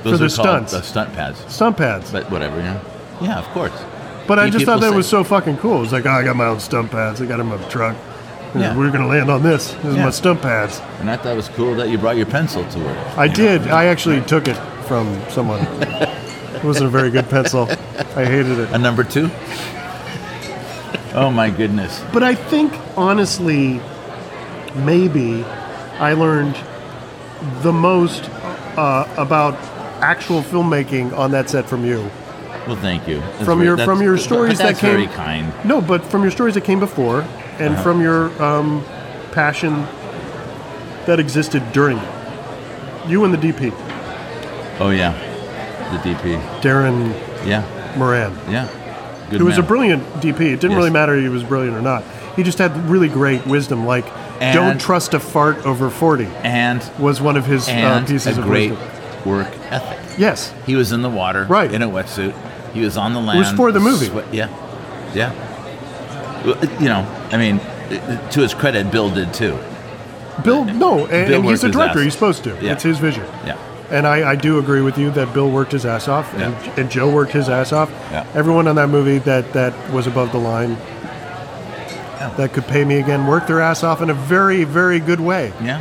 [SPEAKER 2] Those
[SPEAKER 1] the
[SPEAKER 2] are
[SPEAKER 1] stunts.
[SPEAKER 2] Called, uh, stunt pads.
[SPEAKER 1] stunt pads. But,
[SPEAKER 2] But whatever, yeah. Yeah, of course.
[SPEAKER 1] I
[SPEAKER 2] you
[SPEAKER 1] just thought
[SPEAKER 2] people
[SPEAKER 1] that
[SPEAKER 2] say-
[SPEAKER 1] was so fucking cool. It was like, oh, I got my own stunt pads. I got them in my truck.
[SPEAKER 2] Yeah.
[SPEAKER 1] We're going to land on this. This is
[SPEAKER 2] Yeah.
[SPEAKER 1] my stunt pads.
[SPEAKER 2] And I thought it was cool that you brought your pencil to work.
[SPEAKER 1] I did. I actually took it from
[SPEAKER 2] [laughs]
[SPEAKER 1] someone. it wasn't a very good pencil. I hated it.
[SPEAKER 2] A number two? oh my goodness.
[SPEAKER 1] But I think, honestly, maybe I learned the most uh, about actual filmmaking on that set from you.
[SPEAKER 2] Well, thank you. That's
[SPEAKER 1] From
[SPEAKER 2] very-
[SPEAKER 1] your-
[SPEAKER 2] that's-
[SPEAKER 1] from your
[SPEAKER 2] but
[SPEAKER 1] stories that
[SPEAKER 2] that's
[SPEAKER 1] came-
[SPEAKER 2] very kind.
[SPEAKER 1] No, but from your stories that came before and
[SPEAKER 2] Uh-huh.
[SPEAKER 1] from your um, passion that existed during it. You and the DP,
[SPEAKER 2] Oh yeah, the DP.
[SPEAKER 1] Darren
[SPEAKER 2] Yeah,
[SPEAKER 1] Moran.
[SPEAKER 2] yeah. Good
[SPEAKER 1] He was a
[SPEAKER 2] man.
[SPEAKER 1] brilliant DP. It didn't
[SPEAKER 2] Yes.
[SPEAKER 1] really matter if he was brilliant or not. He just had really great wisdom. Like,
[SPEAKER 2] And-
[SPEAKER 1] don't trust a fart over 40
[SPEAKER 2] and
[SPEAKER 1] was one of his uh,
[SPEAKER 2] and
[SPEAKER 1] pieces
[SPEAKER 2] a
[SPEAKER 1] of
[SPEAKER 2] great
[SPEAKER 1] wisdom.
[SPEAKER 2] work ethic.
[SPEAKER 1] Yes.
[SPEAKER 2] He was in the water,
[SPEAKER 1] Right.
[SPEAKER 2] in a wetsuit. He was on the land.
[SPEAKER 1] for the movie.
[SPEAKER 2] swe- yeah, yeah. Well, You know, I mean, to his credit, Bill did too.
[SPEAKER 1] Bill, no, and,
[SPEAKER 2] Bill
[SPEAKER 1] and
[SPEAKER 2] worked
[SPEAKER 1] he's a
[SPEAKER 2] his
[SPEAKER 1] director.
[SPEAKER 2] ass.
[SPEAKER 1] He's supposed to.
[SPEAKER 2] Yeah.
[SPEAKER 1] It's his vision.
[SPEAKER 2] Yeah.
[SPEAKER 1] And I, I do agree with you that Bill worked his ass off, and,
[SPEAKER 2] Yeah.
[SPEAKER 1] and Joe worked his ass off.
[SPEAKER 2] Yeah.
[SPEAKER 1] Everyone on that movie that, that was above the line that could pay me again worked their ass off in a very, very good way.
[SPEAKER 2] Yeah.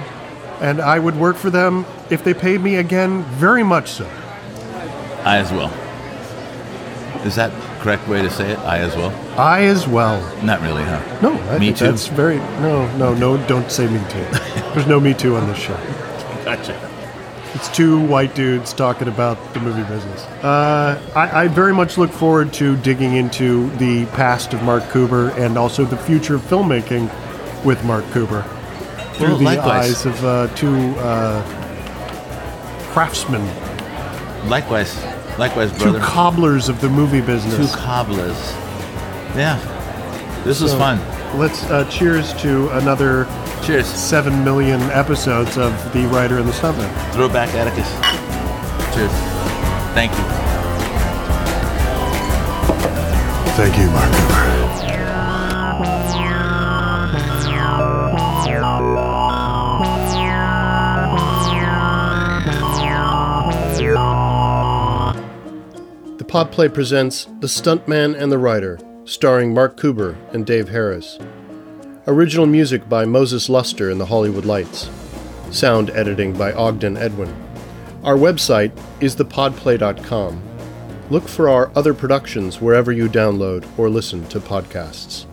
[SPEAKER 1] And I would work for them if they paid me again, very much so.
[SPEAKER 2] I as well. Is that correct way to say it? I as well?
[SPEAKER 1] I as well.
[SPEAKER 2] Not really, huh?
[SPEAKER 1] No, I
[SPEAKER 2] Me
[SPEAKER 1] think
[SPEAKER 2] too.
[SPEAKER 1] that's very no, no, no. Don't say me too. There's no me too on this show.
[SPEAKER 2] [laughs] Gotcha.
[SPEAKER 1] It's two white dudes talking about the movie business. Uh, I, I very much look forward to digging into the past of Mark Cooper and also the future of filmmaking with Mark Cooper through
[SPEAKER 2] Well,
[SPEAKER 1] the eyes
[SPEAKER 2] likewise.
[SPEAKER 1] of uh, two uh, craftsmen,
[SPEAKER 2] Likewise, likewise,
[SPEAKER 1] two
[SPEAKER 2] brother.
[SPEAKER 1] cobblers of the movie
[SPEAKER 2] Two
[SPEAKER 1] business.
[SPEAKER 2] cobblers. Yeah. This was fun.
[SPEAKER 4] Let's uh, cheers to another
[SPEAKER 2] Cheers.
[SPEAKER 4] seven million episodes of The Writer and the Stuntman.
[SPEAKER 2] Throwback Atticus. Cheers. Thank you.
[SPEAKER 4] Thank you, Mark Cooper.
[SPEAKER 1] The Podplay presents The Stuntman and the Writer, starring Mark Kuber and Dave Harris. Original music by Moses Luster and the Hollywood Lights. Sound editing by Ogden Edwin. Our website is thepodplay.com. Look for our other productions wherever you download or listen to podcasts.